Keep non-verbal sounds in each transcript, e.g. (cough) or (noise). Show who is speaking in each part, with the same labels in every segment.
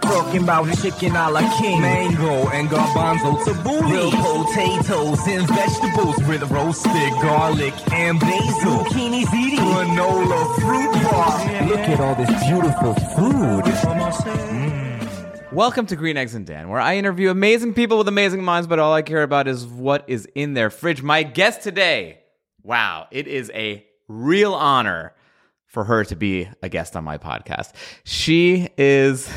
Speaker 1: Talking about chicken a la king, mango and garbanzo tabbouleh, real potatoes and vegetables with roasted garlic and basil, zucchini ziti, granola fruit bar. Look at all this beautiful food.
Speaker 2: Welcome to Green Eggs and Dan, where I interview amazing people with amazing minds, but all I care about is what is in their fridge. My guest today, wow, it is a real honor for her to be a guest on my podcast. She is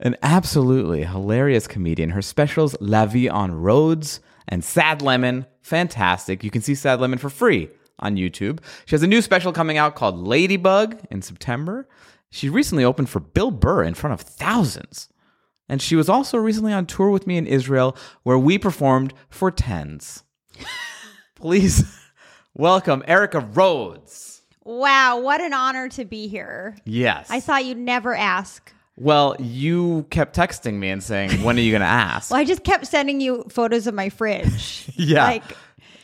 Speaker 2: an absolutely hilarious comedian. Her specials, La Vie on Roads and Sad Lemon, fantastic. You can see Sad Lemon for free on YouTube. She has a new special coming out called Ladybug in September. She recently opened for Bill Burr in front of thousands. And she was also recently on tour with me in Israel where we performed for tens. (laughs) Please (laughs) welcome Erica Rhodes.
Speaker 3: Wow, what an honor to be here.
Speaker 2: Yes.
Speaker 3: I thought you'd never ask.
Speaker 2: Well, you kept texting me and saying, "When are
Speaker 3: (laughs)
Speaker 2: you going to ask?"
Speaker 3: Well, I just kept sending you photos of my fridge.
Speaker 2: (laughs) yeah.
Speaker 3: Like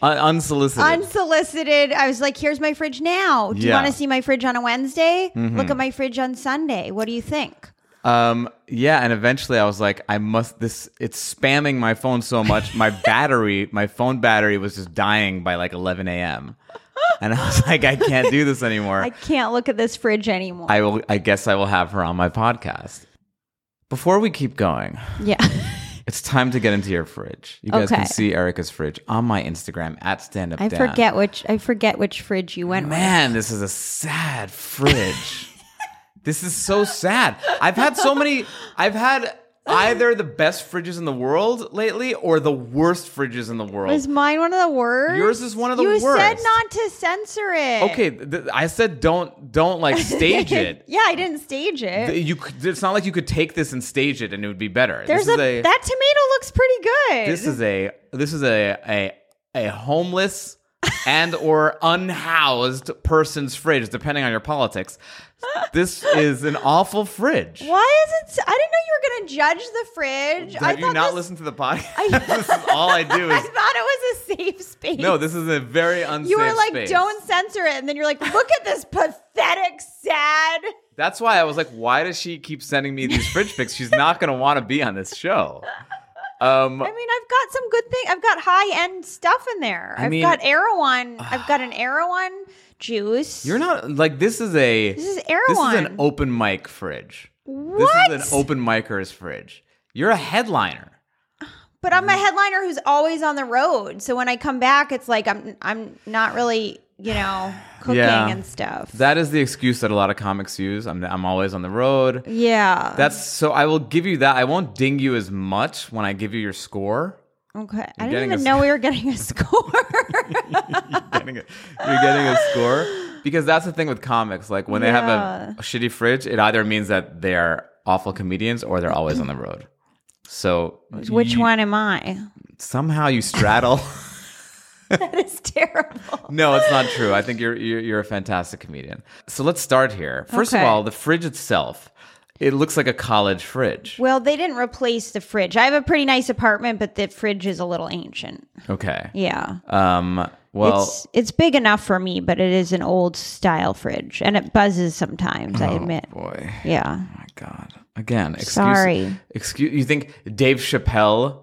Speaker 2: Un- unsolicited.
Speaker 3: unsolicited. I was like, here's my fridge now. Do you
Speaker 2: Yeah. Mm-hmm.
Speaker 3: want to see my fridge on a Wednesday? Look at my fridge on Sunday. What do you think?
Speaker 2: Um, yeah, and eventually I was like, I must this it's spamming my phone so much.
Speaker 3: (laughs)
Speaker 2: My battery, my phone battery was just dying by like eleven AM. And I was like, I can't do this anymore.
Speaker 3: (laughs) I
Speaker 2: I,
Speaker 3: can't look at this fridge anymore.
Speaker 2: will I guess I will have her on my podcast. Before we keep going,
Speaker 3: yeah.
Speaker 2: it's time to get into your fridge. You guys
Speaker 3: Okay.
Speaker 2: can see Erica's fridge on my Instagram at standup.
Speaker 3: I
Speaker 2: Dan.
Speaker 3: forget which I forget which fridge you went with.
Speaker 2: Man, this is a sad
Speaker 3: (laughs)
Speaker 2: fridge. this is so sad. I've had so many. I've had either the best fridges in the world lately or the worst fridges in the
Speaker 3: Is
Speaker 2: world.
Speaker 3: mine one of the worst?
Speaker 2: Yours is one of the
Speaker 3: you You said
Speaker 2: worst.
Speaker 3: not to censor it.
Speaker 2: Okay, th- I said don't don't
Speaker 3: (laughs)
Speaker 2: like stage it.
Speaker 3: yeah, I didn't stage it.
Speaker 2: Th- You, c- it's not like you could take this and stage it and it would be better.
Speaker 3: There's
Speaker 2: this
Speaker 3: a,
Speaker 2: is a
Speaker 3: that tomato looks pretty good.
Speaker 2: this is a this is a a a homeless
Speaker 3: (laughs)
Speaker 2: and or unhoused person's fridge, depending on your politics. This is an awful fridge.
Speaker 3: Why is it? I didn't know you were going to judge the fridge. I
Speaker 2: Have you
Speaker 3: thought
Speaker 2: not
Speaker 3: this-
Speaker 2: listened to the podcast?
Speaker 3: (laughs) I-
Speaker 2: (laughs) this is all I
Speaker 3: (laughs)
Speaker 2: do
Speaker 3: I
Speaker 2: is
Speaker 3: thought it was a safe space.
Speaker 2: no. This is a very unsafe.
Speaker 3: you were like,
Speaker 2: space.
Speaker 3: don't censor it, and then you're like, look at this pathetic, sad.
Speaker 2: (laughs) That's why I was like, why does she keep sending me these fridge pics? She's not going to want to be on this show. Um,
Speaker 3: (laughs) I mean, I've got some good things. I've got high end stuff in there.
Speaker 2: I
Speaker 3: I've
Speaker 2: mean-
Speaker 3: got Erewhon. I've got
Speaker 2: (sighs)
Speaker 3: an Erewhon juice.
Speaker 2: you're not like this is a
Speaker 3: This is
Speaker 2: This is
Speaker 3: Erewhon.
Speaker 2: an open mic fridge.
Speaker 3: What?
Speaker 2: This is an open micer's fridge. You're a headliner.
Speaker 3: but I'm a headliner who's always on the road. So when I come back, it's like I'm I'm not really
Speaker 2: (sighs)
Speaker 3: you know cooking
Speaker 2: Yeah.
Speaker 3: and stuff.
Speaker 2: That is the excuse that a lot of comics use. I'm I'm always on the road.
Speaker 3: Mm. yeah.
Speaker 2: That's so I will give you that. I won't ding you as much when I give you your score.
Speaker 3: Okay.
Speaker 2: You're
Speaker 3: I didn't
Speaker 2: getting
Speaker 3: even
Speaker 2: a-
Speaker 3: know we were getting a (laughs) score.
Speaker 2: getting a, you're getting a score because that's the thing with comics. Like when they have a shitty fridge, it either means that they are awful comedians or they're always on the road. So
Speaker 3: Which
Speaker 2: you-
Speaker 3: one am I?
Speaker 2: Somehow you straddle.
Speaker 3: (laughs)
Speaker 2: (laughs)
Speaker 3: That is terrible.
Speaker 2: no, it's not true. I think you're, you're you're a fantastic comedian. So let's start here. First
Speaker 3: Okay.
Speaker 2: of all, the fridge itself. It looks like a college fridge.
Speaker 3: Well, they didn't replace the fridge. I have a pretty nice apartment, but the fridge is a little ancient.
Speaker 2: Okay.
Speaker 3: Yeah.
Speaker 2: Um. Well.
Speaker 3: it's it's big enough for me, but it is an old style fridge and it buzzes sometimes,
Speaker 2: Oh.
Speaker 3: I admit.
Speaker 2: boy.
Speaker 3: Yeah.
Speaker 2: My God. Again. Excuse,
Speaker 3: Sorry.
Speaker 2: Excuse. You think Dave Chappelle?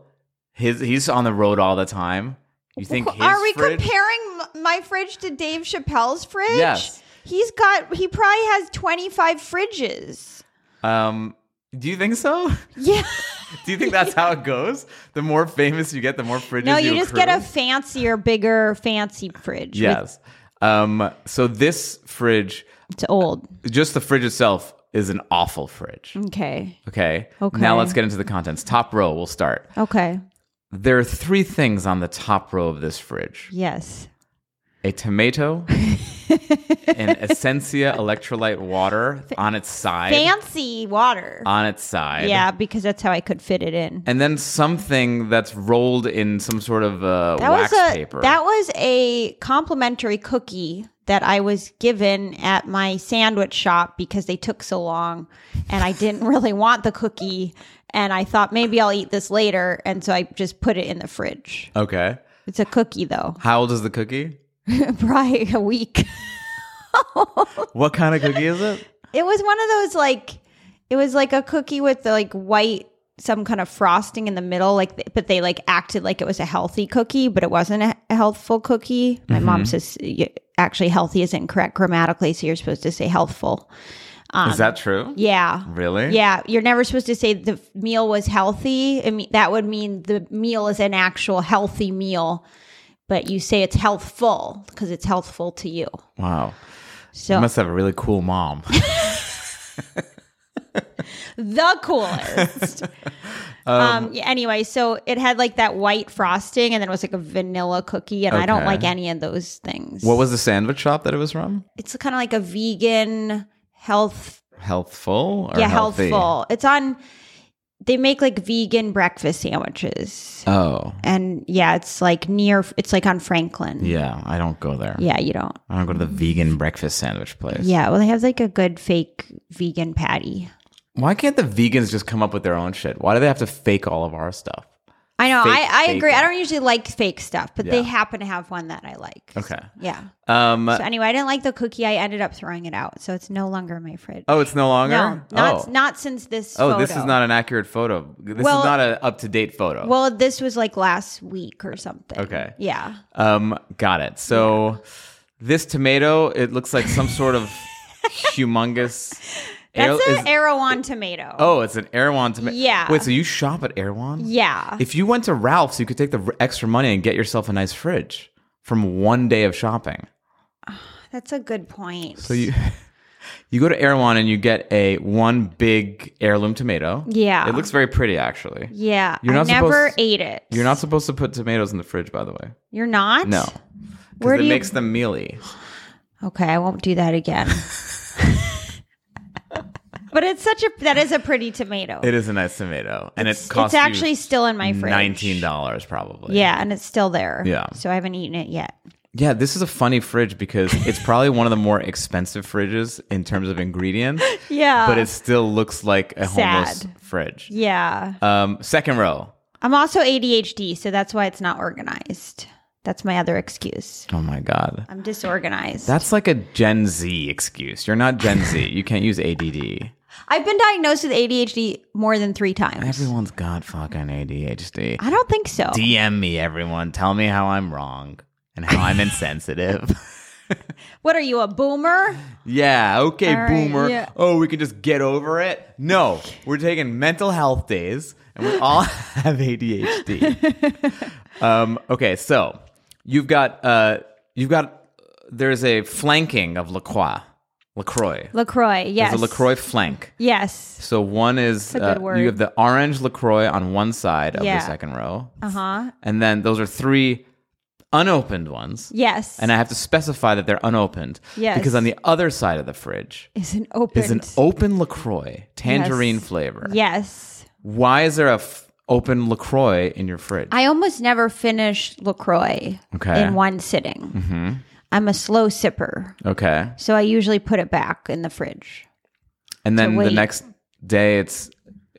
Speaker 2: His he's on the road all the time. You think his
Speaker 3: Are we
Speaker 2: fridge-
Speaker 3: comparing m- my fridge to Dave Chappelle's fridge?
Speaker 2: Yes.
Speaker 3: He's got he probably has 25 fridges.
Speaker 2: Um. Do you think so? (laughs)
Speaker 3: Yeah.
Speaker 2: Do you think that's how it goes? The more famous you get, the more fridges.
Speaker 3: No, you,
Speaker 2: you
Speaker 3: just get a
Speaker 2: accrue?
Speaker 3: fancier, bigger, fancy fridge. with-
Speaker 2: yes. Um. So this fridge,
Speaker 3: It's old.
Speaker 2: just the fridge itself, is an awful fridge.
Speaker 3: Okay.
Speaker 2: Okay.
Speaker 3: Mm. Okay.
Speaker 2: Now let's get into the contents. Top row. We'll start.
Speaker 3: Okay.
Speaker 2: There are three things on the top row of this fridge.
Speaker 3: Yes.
Speaker 2: a
Speaker 3: (laughs)
Speaker 2: tomato and Essentia electrolyte water on its side.
Speaker 3: Fancy water.
Speaker 2: on its side.
Speaker 3: yeah, because that's how I could fit it in.
Speaker 2: And then something that's rolled in some sort of uh,
Speaker 3: That
Speaker 2: wax
Speaker 3: was a
Speaker 2: paper.
Speaker 3: that was a complimentary cookie that I was given at my sandwich shop because they took so long, and I didn't (laughs) really want the cookie, and I thought maybe I'll eat this later, and so I just put it in the fridge.
Speaker 2: okay.
Speaker 3: It's a cookie (laughs) though,
Speaker 2: How old is the cookie?
Speaker 3: probably a week.
Speaker 2: What kind of cookie is it?
Speaker 3: It was one of those like it was like a cookie with the like white some kind of frosting in the middle like th- but they like acted like it was a healthy cookie but it wasn't a a healthful cookie my
Speaker 2: Mm-hmm.
Speaker 3: mom says y- actually healthy is incorrect grammatically so you're supposed to say healthful Um,
Speaker 2: is that true?
Speaker 3: yeah
Speaker 2: Really?
Speaker 3: yeah you're never supposed to say the f- meal was healthy I mean, that would mean the meal is an actual healthy meal but you say it's healthful because it's healthful to you
Speaker 2: Wow.
Speaker 3: so
Speaker 2: You must have a really cool
Speaker 3: (laughs)
Speaker 2: mom.
Speaker 3: the
Speaker 2: (laughs)
Speaker 3: coolest. um, yeah, anyway, so it had like that white frosting and then it was like a vanilla cookie and I don't
Speaker 2: Okay.
Speaker 3: like any of those things.
Speaker 2: what was the sandwich shop that it was from?
Speaker 3: It's kind of like a vegan health
Speaker 2: Healthful or
Speaker 3: yeah,
Speaker 2: healthy?
Speaker 3: healthful. It's on they make like vegan breakfast sandwiches.
Speaker 2: Oh,
Speaker 3: And yeah, it's like near it's like on Franklin.
Speaker 2: yeah. I don't go there.
Speaker 3: Yeah, you don't.
Speaker 2: I don't go to the vegan breakfast sandwich place.
Speaker 3: Yeah, well they have like a good fake vegan patty.
Speaker 2: Why can't the vegans just come up with their own shit? Why do they have to fake all of our stuff?
Speaker 3: I know.
Speaker 2: Fake
Speaker 3: I, I agree.
Speaker 2: bacon.
Speaker 3: I don't usually like fake stuff, but they
Speaker 2: Yeah.
Speaker 3: happen to have one that I like.
Speaker 2: Okay.
Speaker 3: Yeah.
Speaker 2: Um,
Speaker 3: So anyway, I didn't like the cookie. I ended up throwing it out, so it's no longer in my fridge.
Speaker 2: oh, it's no longer?
Speaker 3: no, not
Speaker 2: oh.
Speaker 3: not since this.
Speaker 2: Oh, this
Speaker 3: photo.
Speaker 2: is not an accurate photo. This
Speaker 3: Well-
Speaker 2: is not an up to date photo.
Speaker 3: Well, this was like last week or something.
Speaker 2: Okay.
Speaker 3: Yeah.
Speaker 2: um, got it. So this tomato, it looks like some sort
Speaker 3: (laughs)
Speaker 2: of humongous.
Speaker 3: That's
Speaker 2: Air-
Speaker 3: an
Speaker 2: is-
Speaker 3: Erewhon tomato.
Speaker 2: oh, it's an Erewhon tomato.
Speaker 3: Yeah.
Speaker 2: Wait, so you shop at Erewhon?
Speaker 3: Yeah.
Speaker 2: If you went to Ralph's, you could take the r- extra money and get yourself a nice fridge from one day of shopping.
Speaker 3: That's a good point.
Speaker 2: So you you go to Erewhon and you get a one big heirloom tomato.
Speaker 3: Yeah.
Speaker 2: It looks very pretty actually.
Speaker 3: Yeah.
Speaker 2: You're not
Speaker 3: I never
Speaker 2: supposed-
Speaker 3: ate it.
Speaker 2: You're not supposed to put tomatoes in the fridge, by the way.
Speaker 3: You're not.
Speaker 2: No.
Speaker 3: Where
Speaker 2: Because it
Speaker 3: do you-
Speaker 2: makes them mealy.
Speaker 3: Okay, I won't do
Speaker 2: (laughs)
Speaker 3: that again. (laughs) but it's such a that is a pretty tomato.
Speaker 2: It is a nice tomato. And it
Speaker 3: It's-
Speaker 2: costs
Speaker 3: it's actually
Speaker 2: you
Speaker 3: still in my fridge.
Speaker 2: nineteen dollars probably.
Speaker 3: Yeah, and it's still there.
Speaker 2: Yeah.
Speaker 3: So I haven't eaten it yet.
Speaker 2: Yeah, this is a funny fridge because it's probably one of the more expensive fridges in terms of ingredients,
Speaker 3: (laughs) Yeah.
Speaker 2: but it still looks like a homeless
Speaker 3: Sad.
Speaker 2: fridge.
Speaker 3: Yeah.
Speaker 2: Um, second row.
Speaker 3: I'm also ADHD, so that's why it's not organized. That's my other excuse.
Speaker 2: Oh my god.
Speaker 3: I'm disorganized.
Speaker 2: That's like a Gen Z excuse. You're not Gen Z. You can't use ADD.
Speaker 3: I've been diagnosed with ADHD more than three times.
Speaker 2: Everyone's got fucking ADHD.
Speaker 3: I don't think so.
Speaker 2: DM me, everyone. Tell me how I'm wrong and how I'm insensitive.
Speaker 3: (laughs) what are you, a boomer?
Speaker 2: yeah, okay,
Speaker 3: All right,
Speaker 2: boomer.
Speaker 3: yeah.
Speaker 2: Oh, we can just get over it. No, we're taking mental health days and we
Speaker 3: (laughs)
Speaker 2: all have ADHD. um, okay, so you've got uh, you've got there's a flanking of LaCroix. LaCroix.
Speaker 3: LaCroix, yes.
Speaker 2: There's a LaCroix flank.
Speaker 3: Yes.
Speaker 2: So one is
Speaker 3: a good
Speaker 2: uh,
Speaker 3: word.
Speaker 2: you have the orange LaCroix on one side of
Speaker 3: Yeah.
Speaker 2: the second row.
Speaker 3: Uh huh.
Speaker 2: And then those are three unopened ones.
Speaker 3: Yes.
Speaker 2: And I have to specify that they're unopened.
Speaker 3: Yes.
Speaker 2: Because on the other side of the fridge
Speaker 3: is an open.
Speaker 2: is an open LaCroix, tangerine flavor.
Speaker 3: yes.
Speaker 2: Why is there a f- open LaCroix in your fridge?
Speaker 3: I almost never finish LaCroix
Speaker 2: Okay. Mm-hmm.
Speaker 3: in one sitting. I'm a slow sipper,
Speaker 2: okay.
Speaker 3: so I usually put it back in the fridge.
Speaker 2: And then the
Speaker 3: wait.
Speaker 2: next day it's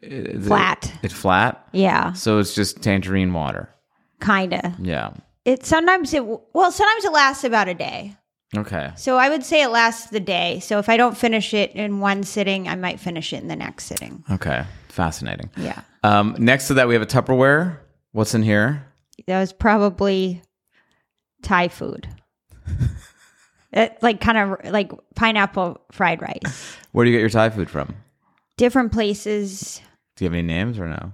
Speaker 2: it's-
Speaker 3: Flat.
Speaker 2: it's flat.
Speaker 3: Yeah,
Speaker 2: So it's just tangerine water.
Speaker 3: kind of.
Speaker 2: Yeah.
Speaker 3: It sometimes it well sometimes it lasts about a day.
Speaker 2: Okay.
Speaker 3: So I would say it lasts the day. So if I don't finish it in one sitting, I might finish it in the next sitting.
Speaker 2: Okay. Fascinating.
Speaker 3: Yeah.
Speaker 2: Um, next to that, we have a Tupperware. What's in here?
Speaker 3: That was probably
Speaker 2: (laughs)
Speaker 3: Thai food. it, like kind of like pineapple fried rice.
Speaker 2: Where do you get your Thai food from?
Speaker 3: Different places.
Speaker 2: Do you have any names or no?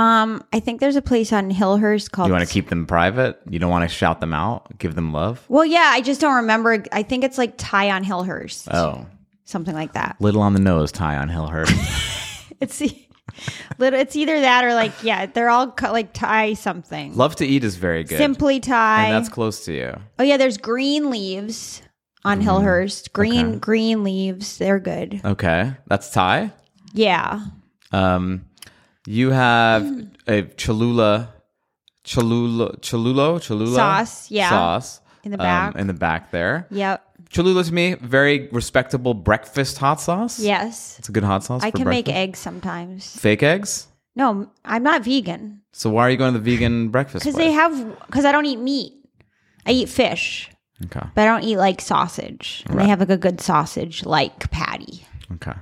Speaker 3: Um, I think there's a place on Hillhurst called
Speaker 2: You want to keep them private? You don't want to shout them out? Give them love?
Speaker 3: Well, yeah, I just don't remember. I think it's like Thai on Hillhurst.
Speaker 2: Oh,
Speaker 3: Something like that.
Speaker 2: little on the nose tie on Hillhurst.
Speaker 3: (laughs) It's the Little, it's either that or like yeah, they're all cut like Thai something.
Speaker 2: (laughs) Love to eat is very good.
Speaker 3: Simply Thai.
Speaker 2: And that's close to you.
Speaker 3: oh yeah, there's green leaves on
Speaker 2: Mm-hmm.
Speaker 3: Hillhurst. Green green leaves, they're good.
Speaker 2: Okay. That's Thai.
Speaker 3: Yeah.
Speaker 2: Um, you have a Cholula, Cholula, Cholulo, Cholula
Speaker 3: Sauce, yeah.
Speaker 2: sauce
Speaker 3: In the
Speaker 2: um,
Speaker 3: back.
Speaker 2: in the back there.
Speaker 3: Yep.
Speaker 2: Cholula to me, very respectable breakfast hot sauce.
Speaker 3: Yes.
Speaker 2: it's a good hot sauce.
Speaker 3: I
Speaker 2: for
Speaker 3: can make
Speaker 2: breakfast.
Speaker 3: eggs sometimes.
Speaker 2: fake eggs.
Speaker 3: No, I'm not vegan
Speaker 2: So why are you going to the vegan breakfast?
Speaker 3: because
Speaker 2: place?
Speaker 3: they have because I don't eat meat. I eat fish,
Speaker 2: okay,
Speaker 3: but I don't eat like sausage. And They have like a good sausage like patty.
Speaker 2: okay,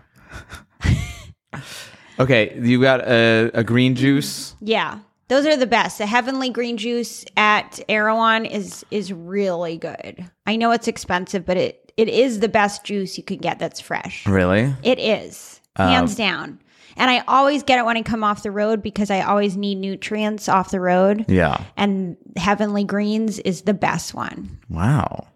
Speaker 2: (laughs) okay. You got a, a green juice.
Speaker 3: Yeah. Those are the best. The heavenly green juice at Erewhon is is really good. I know it's expensive, but it it is the best juice you can get that's fresh.
Speaker 2: Really?
Speaker 3: It is hands
Speaker 2: Um,
Speaker 3: down. And I always get it when I come off the road because I always need nutrients off the road.
Speaker 2: Yeah.
Speaker 3: And Heavenly Greens is the best one.
Speaker 2: Wow.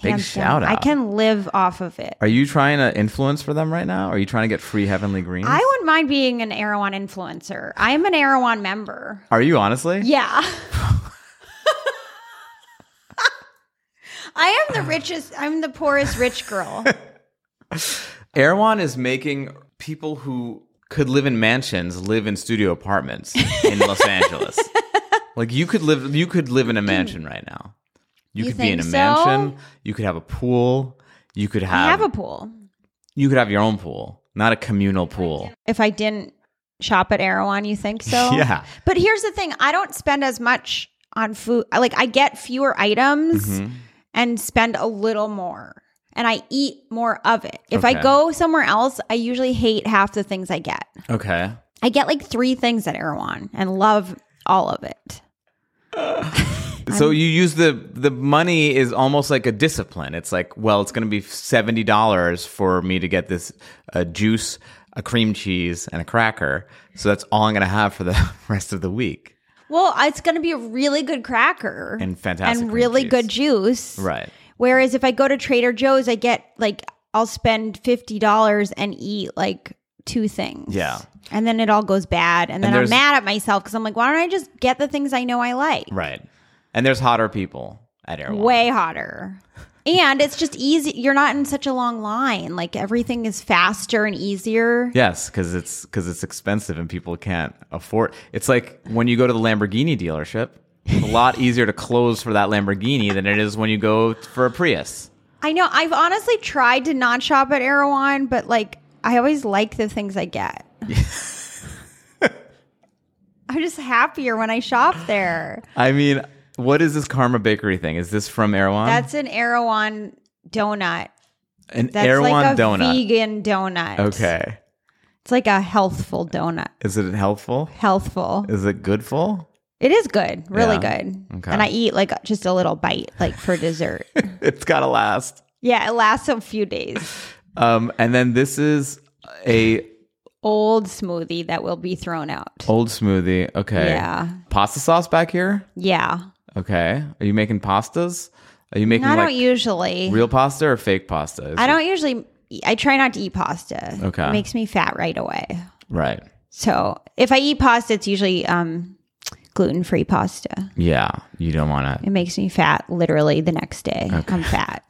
Speaker 2: Big
Speaker 3: hands down.
Speaker 2: shout out.
Speaker 3: I can live off of it.
Speaker 2: Are you trying to influence for them right now? Are you trying to get free Heavenly Greens?
Speaker 3: I wouldn't mind being an Erewhon influencer. I am an Erewhon member.
Speaker 2: Are you honestly?
Speaker 3: Yeah. (laughs) I am the richest, I'm the poorest rich
Speaker 2: (laughs)
Speaker 3: girl.
Speaker 2: Erewhon is making people who could live in mansions live in studio apartments in
Speaker 3: (laughs)
Speaker 2: Los Angeles. Like you could live you could live in a mansion right now. You,
Speaker 3: You
Speaker 2: could be in a
Speaker 3: think so?
Speaker 2: mansion, you could have a pool, you could
Speaker 3: I
Speaker 2: have,
Speaker 3: have a pool.
Speaker 2: you could have your own pool, not a communal pool.
Speaker 3: If I didn't shop at Erewhon, you think so?
Speaker 2: (laughs) Yeah.
Speaker 3: But here's the thing I don't spend as much on food. Like, I get fewer items
Speaker 2: Mm-hmm.
Speaker 3: and spend a little more. And I eat more of it. If
Speaker 2: Okay.
Speaker 3: I go somewhere else, I usually hate half the things I get.
Speaker 2: Okay.
Speaker 3: I get like three things at Erewhon and love all of it.
Speaker 2: So you use the the money is almost like a discipline. It's like, well, it's going to be seventy dollars for me to get this uh, juice, a cream cheese, and a cracker. So that's all I'm going to have for the (laughs) rest of the week.
Speaker 3: Well, it's going to be a really good cracker
Speaker 2: And fantastic
Speaker 3: and
Speaker 2: cream
Speaker 3: really
Speaker 2: cheese.
Speaker 3: good juice.
Speaker 2: Right.
Speaker 3: Whereas if I go to Trader Joe's, I get like I'll spend fifty dollars and eat like two things.
Speaker 2: Yeah.
Speaker 3: And then it all goes bad, and then I'm
Speaker 2: there's-
Speaker 3: mad at myself because I'm like, why don't I just get the things I know I like?
Speaker 2: Right. And there's hotter people at Erewhon.
Speaker 3: Way hotter. And it's just easy. You're not in such a long line. Like everything is faster and easier.
Speaker 2: Yes, because it's because it's expensive and people can't afford. It's like when you go to the Lamborghini dealership. It's a lot easier to close for that Lamborghini than it is when you go for a Prius.
Speaker 3: I know. I've honestly tried to not shop at Erewhon, but like I always like the things
Speaker 2: (laughs)
Speaker 3: I get. I'm just happier when I shop there.
Speaker 2: I mean, what is this Karma Bakery thing? Is this from Erewhon?
Speaker 3: That's an Erewhon donut.
Speaker 2: an
Speaker 3: That's
Speaker 2: Erewhon
Speaker 3: like a
Speaker 2: donut.
Speaker 3: vegan donut.
Speaker 2: Okay.
Speaker 3: It's like a healthful donut.
Speaker 2: Is it healthful?
Speaker 3: Healthful.
Speaker 2: Is it goodful?
Speaker 3: It is good. Really
Speaker 2: Yeah.
Speaker 3: good.
Speaker 2: Okay.
Speaker 3: And I eat like just a little bite like for dessert.
Speaker 2: (laughs) It's gotta last.
Speaker 3: yeah, it lasts a few days.
Speaker 2: Um, and then this is a
Speaker 3: Old smoothie that will be thrown out.
Speaker 2: old smoothie. Okay.
Speaker 3: Yeah.
Speaker 2: Pasta sauce back here.
Speaker 3: Yeah.
Speaker 2: Okay. Are you making pastas? Are you making
Speaker 3: I
Speaker 2: like
Speaker 3: don't usually.
Speaker 2: real pasta or fake pasta? Is
Speaker 3: I
Speaker 2: it-
Speaker 3: don't usually. I try not to eat pasta.
Speaker 2: Okay.
Speaker 3: it makes me fat right away.
Speaker 2: Right.
Speaker 3: So if I eat pasta, it's usually um, gluten free pasta.
Speaker 2: Yeah. You don't want to.
Speaker 3: It makes me fat literally the next day.
Speaker 2: (laughs)
Speaker 3: I'm fat.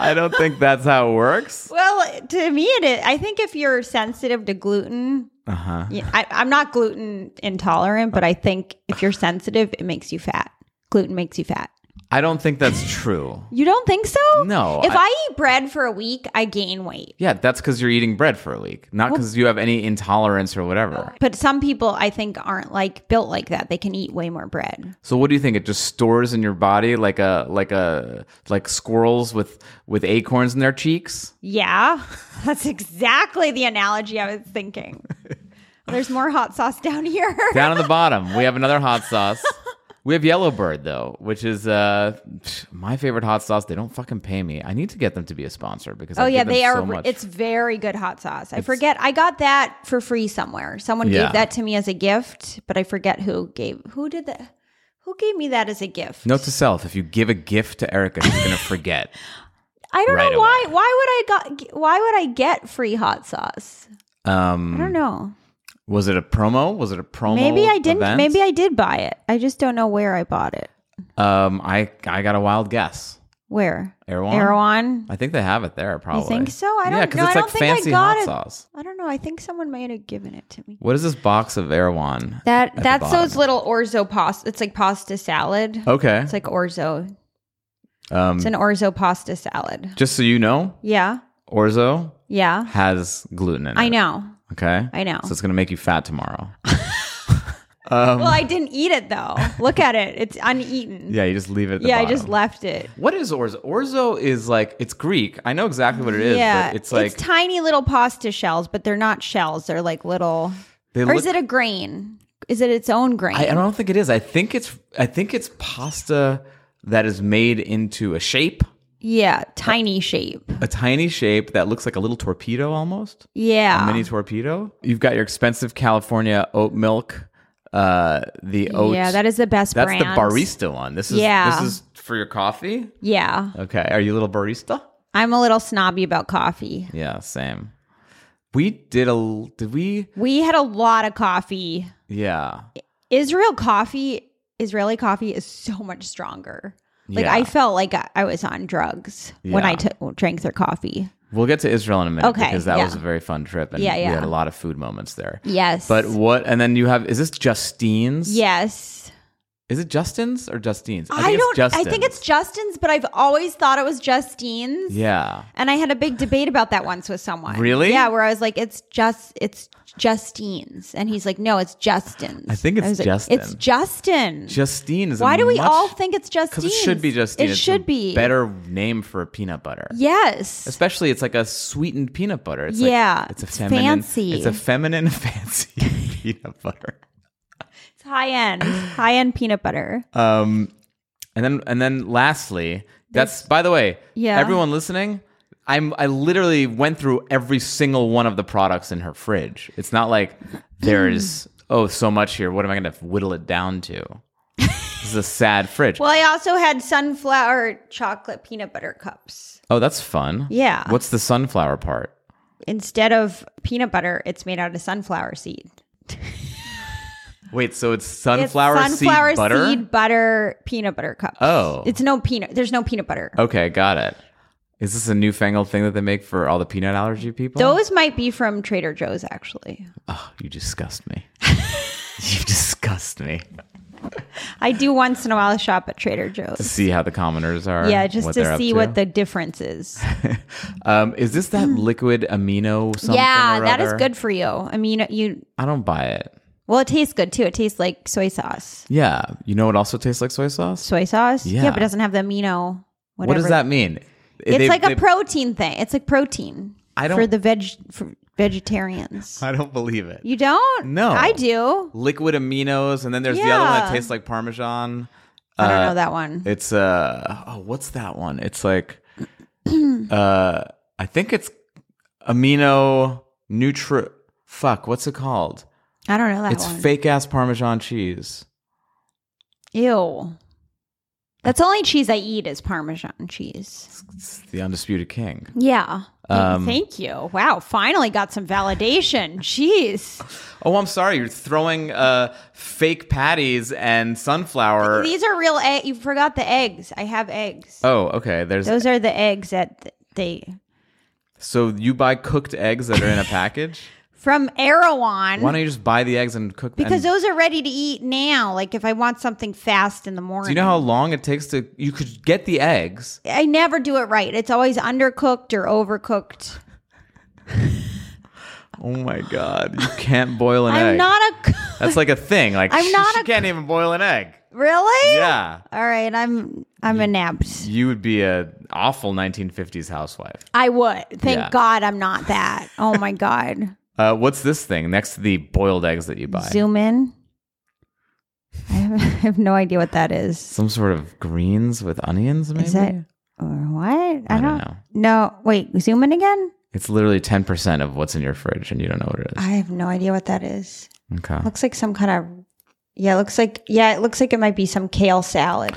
Speaker 2: I don't think that's how it works.
Speaker 3: well, to me, it is. I think if you're sensitive to gluten, uh-huh. I, I'm not gluten intolerant, but I think if you're sensitive, it makes you fat. Gluten makes you fat.
Speaker 2: I don't think that's true.
Speaker 3: You don't think so?
Speaker 2: No,
Speaker 3: If
Speaker 2: I-
Speaker 3: I, eat bread for a week, I gain weight.
Speaker 2: Yeah, that's because you're eating bread for a week, not because you have any intolerance or whatever.
Speaker 3: But some people I think aren't like built like that. They can eat way more bread.
Speaker 2: So what do you think? It just stores in your body like a like a like squirrels with with acorns in their cheeks.
Speaker 3: Yeah, (laughs) that's exactly the analogy I
Speaker 2: (laughs)
Speaker 3: was thinking. There's more hot sauce down here. (laughs)
Speaker 2: Down on the bottom, we have another hot sauce. We have Yellowbird though, which is uh my favorite hot sauce. They don't fucking pay me. I need to get them to be a sponsor because
Speaker 3: Oh
Speaker 2: I
Speaker 3: yeah,
Speaker 2: give them
Speaker 3: they are.
Speaker 2: So much.
Speaker 3: It's very good hot sauce. I forget. I got that for free somewhere. Someone
Speaker 2: Yeah.
Speaker 3: gave that to me as a gift, but I forget who gave. Who did that? Who gave me that as a gift? (laughs)
Speaker 2: note to self: if you give a gift to Erica, she's gonna forget.
Speaker 3: I don't
Speaker 2: Right
Speaker 3: know why. Why would I got? Why would I get free hot sauce?
Speaker 2: Um,
Speaker 3: I don't know.
Speaker 2: Was it a promo? Was it a promo?
Speaker 3: Maybe I didn't.
Speaker 2: event?
Speaker 3: Maybe I did buy it. I just don't know where I bought it.
Speaker 2: Um, I I got a wild guess.
Speaker 3: Where?
Speaker 2: Erewhon.
Speaker 3: Erewhon.
Speaker 2: I think they have it there. Probably.
Speaker 3: think so? I
Speaker 2: Yeah,
Speaker 3: don't-
Speaker 2: because
Speaker 3: no,
Speaker 2: it's like
Speaker 3: I don't think I
Speaker 2: fancy
Speaker 3: got
Speaker 2: hot
Speaker 3: it.
Speaker 2: sauce.
Speaker 3: I don't know. I think someone might have given it to me.
Speaker 2: What is this box of Erewhon?
Speaker 3: That
Speaker 2: the
Speaker 3: that's
Speaker 2: bottom. Oh.
Speaker 3: those little orzo pasta. It's like pasta salad.
Speaker 2: Okay.
Speaker 3: It's like orzo.
Speaker 2: um,
Speaker 3: It's an orzo pasta salad.
Speaker 2: just so you know,
Speaker 3: Yeah.
Speaker 2: orzo
Speaker 3: Yeah.
Speaker 2: has gluten in it.
Speaker 3: I know.
Speaker 2: Okay.
Speaker 3: I know.
Speaker 2: So it's gonna make you fat
Speaker 3: (laughs)
Speaker 2: tomorrow. um,
Speaker 3: Well, I didn't eat it though. Look at it. It's uneaten.
Speaker 2: yeah, you just leave it. At the
Speaker 3: Yeah, I just
Speaker 2: bottom.
Speaker 3: left it.
Speaker 2: What is orzo? Orzo is like it's Greek. I know exactly what it is.
Speaker 3: yeah,
Speaker 2: but it's like
Speaker 3: tiny little pasta shells, but they're not shells. They're like little.
Speaker 2: they
Speaker 3: or
Speaker 2: look-
Speaker 3: is it a grain? Is it its own grain?
Speaker 2: I, I don't think it is. I think it's I think it's pasta that is made into a shape,
Speaker 3: yeah, tiny shape.
Speaker 2: a tiny shape that looks like a little torpedo almost,
Speaker 3: Yeah,
Speaker 2: a mini torpedo. You've got your expensive California oat milk, uh, the oat.
Speaker 3: yeah, that is the best.
Speaker 2: that's
Speaker 3: brand.
Speaker 2: the barista one. This is
Speaker 3: Yeah.
Speaker 2: this is for your coffee.
Speaker 3: Yeah,
Speaker 2: Okay, are you a little barista?
Speaker 3: I'm a little snobby about coffee.
Speaker 2: Yeah, same. We did a l- did we?
Speaker 3: We had a lot of coffee.
Speaker 2: Yeah,
Speaker 3: Israel coffee, Israeli coffee is so much stronger. Like
Speaker 2: Yeah.
Speaker 3: I felt like I, I was on drugs when
Speaker 2: Yeah.
Speaker 3: I took drank their coffee.
Speaker 2: we'll get to Israel in a minute
Speaker 3: Okay,
Speaker 2: because that
Speaker 3: yeah.
Speaker 2: was a very fun trip and
Speaker 3: Yeah,
Speaker 2: we
Speaker 3: yeah.
Speaker 2: had a lot of food moments there.
Speaker 3: Yes,
Speaker 2: But what? And then you have is this Justine's?
Speaker 3: yes.
Speaker 2: Is it Justin's or Justine's?
Speaker 3: I, don't. I think
Speaker 2: Justine's.
Speaker 3: it's Justin's, but I've always thought it was Justine's.
Speaker 2: Yeah.
Speaker 3: And I had a big debate about that once with someone.
Speaker 2: Really?
Speaker 3: Yeah, where I was like, "It's just, it's Justine's," and he's like, "No, it's Justin's."
Speaker 2: I think it's
Speaker 3: was like,
Speaker 2: Justin.
Speaker 3: it's Justin.
Speaker 2: Justine is.
Speaker 3: Why do we all think it's Justine's?
Speaker 2: Because it should be Justine.
Speaker 3: It
Speaker 2: It's a
Speaker 3: should be
Speaker 2: better name for a peanut butter.
Speaker 3: Yes.
Speaker 2: Especially, it's like a sweetened peanut butter. It's
Speaker 3: Yeah,
Speaker 2: like, it's a
Speaker 3: it's
Speaker 2: feminine,
Speaker 3: fancy.
Speaker 2: It's a feminine (laughs) fancy peanut butter.
Speaker 3: It's high end, high end peanut butter.
Speaker 2: Um, and then and then lastly, that's by the way,
Speaker 3: Yeah.
Speaker 2: everyone listening. I'm I literally went through every single one of the products in her fridge. It's not like there's
Speaker 3: Hmm.
Speaker 2: oh so much here. What am I going to whittle it down to? this is a sad fridge.
Speaker 3: well, I also had sunflower chocolate peanut butter cups.
Speaker 2: oh, that's fun.
Speaker 3: Yeah.
Speaker 2: What's the sunflower part?
Speaker 3: Instead of peanut butter, it's made out of sunflower seed.
Speaker 2: Wait, so it's
Speaker 3: It's
Speaker 2: sunflower,
Speaker 3: sunflower
Speaker 2: seed butter.
Speaker 3: seed butter peanut butter cups.
Speaker 2: Oh.
Speaker 3: it's no peanut. There's no peanut butter.
Speaker 2: Okay, got it. Is this a newfangled thing that they make for all the peanut allergy people?
Speaker 3: Those might be from Trader Joe's, actually.
Speaker 2: oh, (gasps) you disgust me. (laughs) you disgust me.
Speaker 3: I do once in a while shop at Trader Joe's.
Speaker 2: see how the commoners are.
Speaker 3: Yeah, just
Speaker 2: what they're
Speaker 3: to
Speaker 2: up
Speaker 3: see what the difference is.
Speaker 2: um, is this that liquid amino something?
Speaker 3: yeah,
Speaker 2: or
Speaker 3: that is
Speaker 2: other?
Speaker 3: good for you. I mean, you
Speaker 2: I don't buy it.
Speaker 3: well, it tastes good too. It tastes like soy sauce.
Speaker 2: Yeah, you know what also tastes like soy sauce?
Speaker 3: Soy sauce.
Speaker 2: Yeah.
Speaker 3: but it doesn't have the amino. Whatever.
Speaker 2: What does that mean?
Speaker 3: It's
Speaker 2: They-
Speaker 3: like
Speaker 2: they-
Speaker 3: a protein thing. It's like protein.
Speaker 2: I
Speaker 3: for
Speaker 2: don't-
Speaker 3: the veg for vegetarians.
Speaker 2: I don't believe it.
Speaker 3: You don't?
Speaker 2: No.
Speaker 3: I do.
Speaker 2: Liquid aminos, and then there's the other one that
Speaker 3: Yeah.
Speaker 2: tastes like parmesan.
Speaker 3: I don't know that one.
Speaker 2: It's uh oh, what's that one? It's like uh I think it's amino nutri fuck, what's it called?
Speaker 3: I don't know that
Speaker 2: it's
Speaker 3: one.
Speaker 2: fake ass parmesan cheese.
Speaker 3: Ew. That's the only cheese I eat is Parmesan cheese.
Speaker 2: It's the undisputed king.
Speaker 3: Yeah.
Speaker 2: Um,
Speaker 3: Thank you. Wow. Finally got some
Speaker 2: (laughs)
Speaker 3: validation. Jeez.
Speaker 2: Oh, I'm sorry. You're throwing uh, fake patties and sunflower.
Speaker 3: These are real egg. You forgot the eggs. I have eggs.
Speaker 2: oh, okay. There's
Speaker 3: Those are the eggs that th- they
Speaker 2: so you buy cooked eggs that are in a package.
Speaker 3: from Erewhon
Speaker 2: Why don't you just buy the eggs and cook? and,
Speaker 3: because those are ready to eat now. Like if I want something fast in the morning.
Speaker 2: do you know how long it takes to? You could get the eggs.
Speaker 3: I never do it right. It's always undercooked or overcooked.
Speaker 2: Oh my god! You can't boil an egg.
Speaker 3: I'm not a cook. (laughs)
Speaker 2: That's like a thing. Like
Speaker 3: I'm
Speaker 2: she-
Speaker 3: not
Speaker 2: she
Speaker 3: a-
Speaker 2: can't even boil an egg.
Speaker 3: Really?
Speaker 2: Yeah,
Speaker 3: All right. I'm I'm inept.
Speaker 2: you would be an awful 1950s housewife.
Speaker 3: I would. Thank
Speaker 2: Yeah.
Speaker 3: God I'm not that. Oh
Speaker 2: (laughs)
Speaker 3: my God.
Speaker 2: Uh, what's this thing next to the boiled eggs that you buy?
Speaker 3: Zoom in. I have, (laughs) I have no idea what that is.
Speaker 2: Some sort of greens with onions, maybe.
Speaker 3: Is that or what? I,
Speaker 2: I
Speaker 3: don't,
Speaker 2: don't know.
Speaker 3: No, wait. Zoom in again.
Speaker 2: It's literally 10% of what's in your fridge and you don't know what it
Speaker 3: I
Speaker 2: is.
Speaker 3: have no idea what that is.
Speaker 2: Okay.
Speaker 3: Looks like some kind of. Yeah, it looks like yeah, it looks like it might be some kale salad.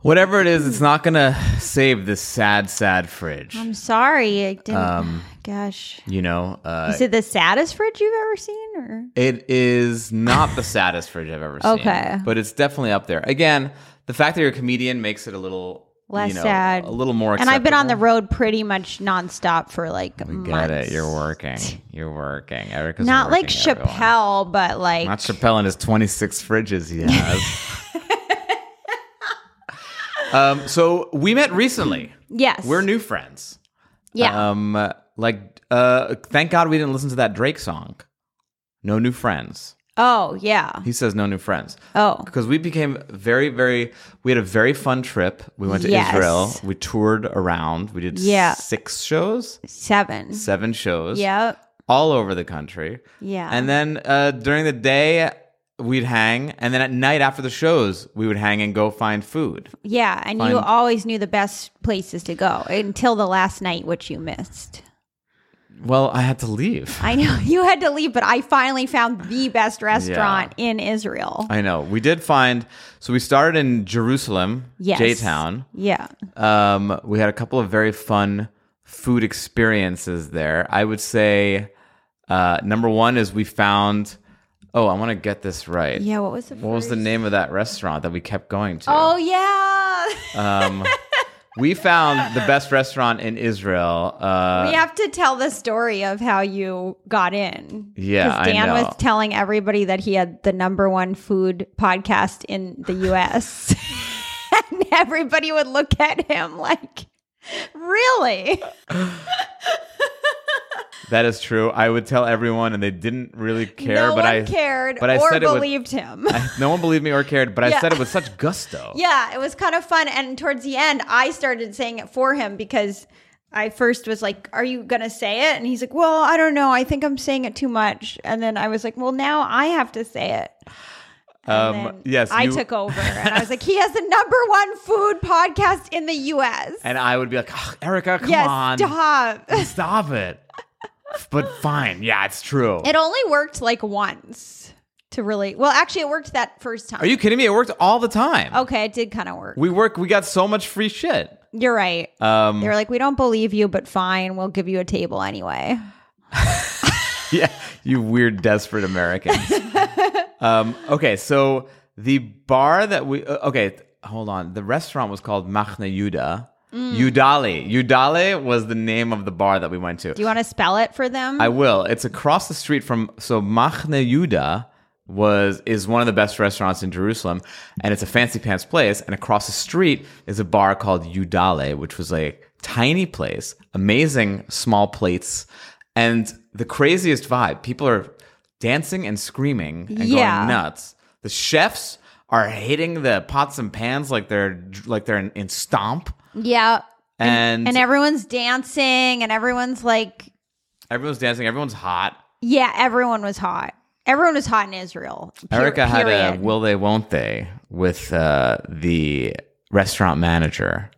Speaker 2: Whatever it is, it's not gonna save this sad, sad fridge.
Speaker 3: I'm sorry, I didn't.
Speaker 2: Um,
Speaker 3: gosh,
Speaker 2: You know, uh,
Speaker 3: is it the saddest fridge you've ever seen? Or
Speaker 2: It is not the saddest fridge I've ever seen.
Speaker 3: Okay.
Speaker 2: But it's definitely up there. Again, the fact that you're a comedian makes it a little
Speaker 3: Less
Speaker 2: you know,
Speaker 3: sad.
Speaker 2: A little more
Speaker 3: and I've been on the
Speaker 2: acceptable.
Speaker 3: road pretty much nonstop for like
Speaker 2: We
Speaker 3: months.
Speaker 2: get it. You're working. You're working. Erica's
Speaker 3: not like
Speaker 2: working, everyone.
Speaker 3: Chappelle, but like
Speaker 2: Not Chappelle and his 26 fridges
Speaker 3: (laughs)
Speaker 2: he has. um, so we met recently.
Speaker 3: yes,
Speaker 2: We're new friends.
Speaker 3: Yeah,
Speaker 2: Um, like, uh, thank God we didn't listen to that Drake song. No new friends.
Speaker 3: oh yeah,
Speaker 2: He says no new friends.
Speaker 3: oh
Speaker 2: because we became very very we had a very fun trip we went to
Speaker 3: Yes.
Speaker 2: israel we toured around we did
Speaker 3: Yeah.
Speaker 2: six shows
Speaker 3: seven.
Speaker 2: seven shows
Speaker 3: Yep.
Speaker 2: all over the country
Speaker 3: Yeah.
Speaker 2: and then uh, during the day we'd hang and then at night after the shows we would hang and go find food
Speaker 3: Yeah, and you
Speaker 2: Find-
Speaker 3: always knew the best places to go until the last night, which you missed.
Speaker 2: well i had to leave
Speaker 3: I know (laughs) you had to leave, but I finally found the best restaurant in Israel.
Speaker 2: i know we did find so we started in jerusalem
Speaker 3: Yes.
Speaker 2: j town
Speaker 3: Yeah.
Speaker 2: Um, we had a couple of very fun food experiences there. I would say uh, number one is we found. Oh, I want to get this right.
Speaker 3: Yeah. What was the?
Speaker 2: What was the name of that restaurant that we kept going to?
Speaker 3: Oh yeah. (laughs)
Speaker 2: Um, we found the best restaurant in Israel. Uh,
Speaker 3: we have to tell the story of how you got in.
Speaker 2: Yeah,
Speaker 3: 'Cause
Speaker 2: I
Speaker 3: Dan
Speaker 2: know.
Speaker 3: was telling everybody that he had the number one food podcast in the U.S. (laughs) and everybody would look at him like, "Really?
Speaker 2: That is true. I would tell everyone, and they didn't really care.
Speaker 3: no
Speaker 2: but
Speaker 3: one
Speaker 2: I
Speaker 3: cared
Speaker 2: but I
Speaker 3: or
Speaker 2: said it with-
Speaker 3: believed him."
Speaker 2: (laughs) No one believed me or cared, but I
Speaker 3: Yeah.
Speaker 2: said it with such
Speaker 3: (laughs)
Speaker 2: gusto.
Speaker 3: Yeah, it was kind of fun. And towards the end, I started saying it for him because I first was like, Are you going to say it? And he's like, Well, I don't know. I think I'm saying it too much. And then I was like, Well, now I have to say it. And
Speaker 2: Um,
Speaker 3: then
Speaker 2: yes,
Speaker 3: I
Speaker 2: you-
Speaker 3: took over and I
Speaker 2: (laughs)
Speaker 3: was like, He has the number one food podcast in the U.S.
Speaker 2: And I would be like, "Ugh, Erica, come
Speaker 3: yes,
Speaker 2: on,
Speaker 3: stop.
Speaker 2: (laughs) stop it. but fine, yeah, it's true.
Speaker 3: It only worked like once to really, well, actually, it worked that first time.
Speaker 2: Are you kidding me? It worked all the time.
Speaker 3: Okay, it did kind of work.
Speaker 2: We work. We got so much free shit.
Speaker 3: You're right.
Speaker 2: Um,
Speaker 3: they were like, we don't believe you, but fine, we'll give you a table anyway.
Speaker 2: (laughs) yeah, you weird, desperate Americans. um, okay, so the bar that we uh, okay, th- hold on. The restaurant was called Machna Yuda. Udali. Udale was the name of the bar that we went to.
Speaker 3: Do you want to spell it for them?
Speaker 2: I will. It's across the street from so Machne Yehuda was is one of the best restaurants in Jerusalem, and it's a fancy pants place. And across the street is a bar called Yudale, which was a tiny place, amazing small plates, and the craziest vibe. People are dancing and screaming and
Speaker 3: Yeah.
Speaker 2: going nuts. The chefs are hitting the pots and pans like they're like they're in, in stomp,
Speaker 3: yeah.
Speaker 2: and,
Speaker 3: And everyone's dancing and everyone's like,
Speaker 2: everyone's dancing. Everyone's hot.
Speaker 3: yeah, everyone was hot. Everyone was hot in Israel. per-
Speaker 2: Erica had a
Speaker 3: period.
Speaker 2: will they won't they with uh, the restaurant manager.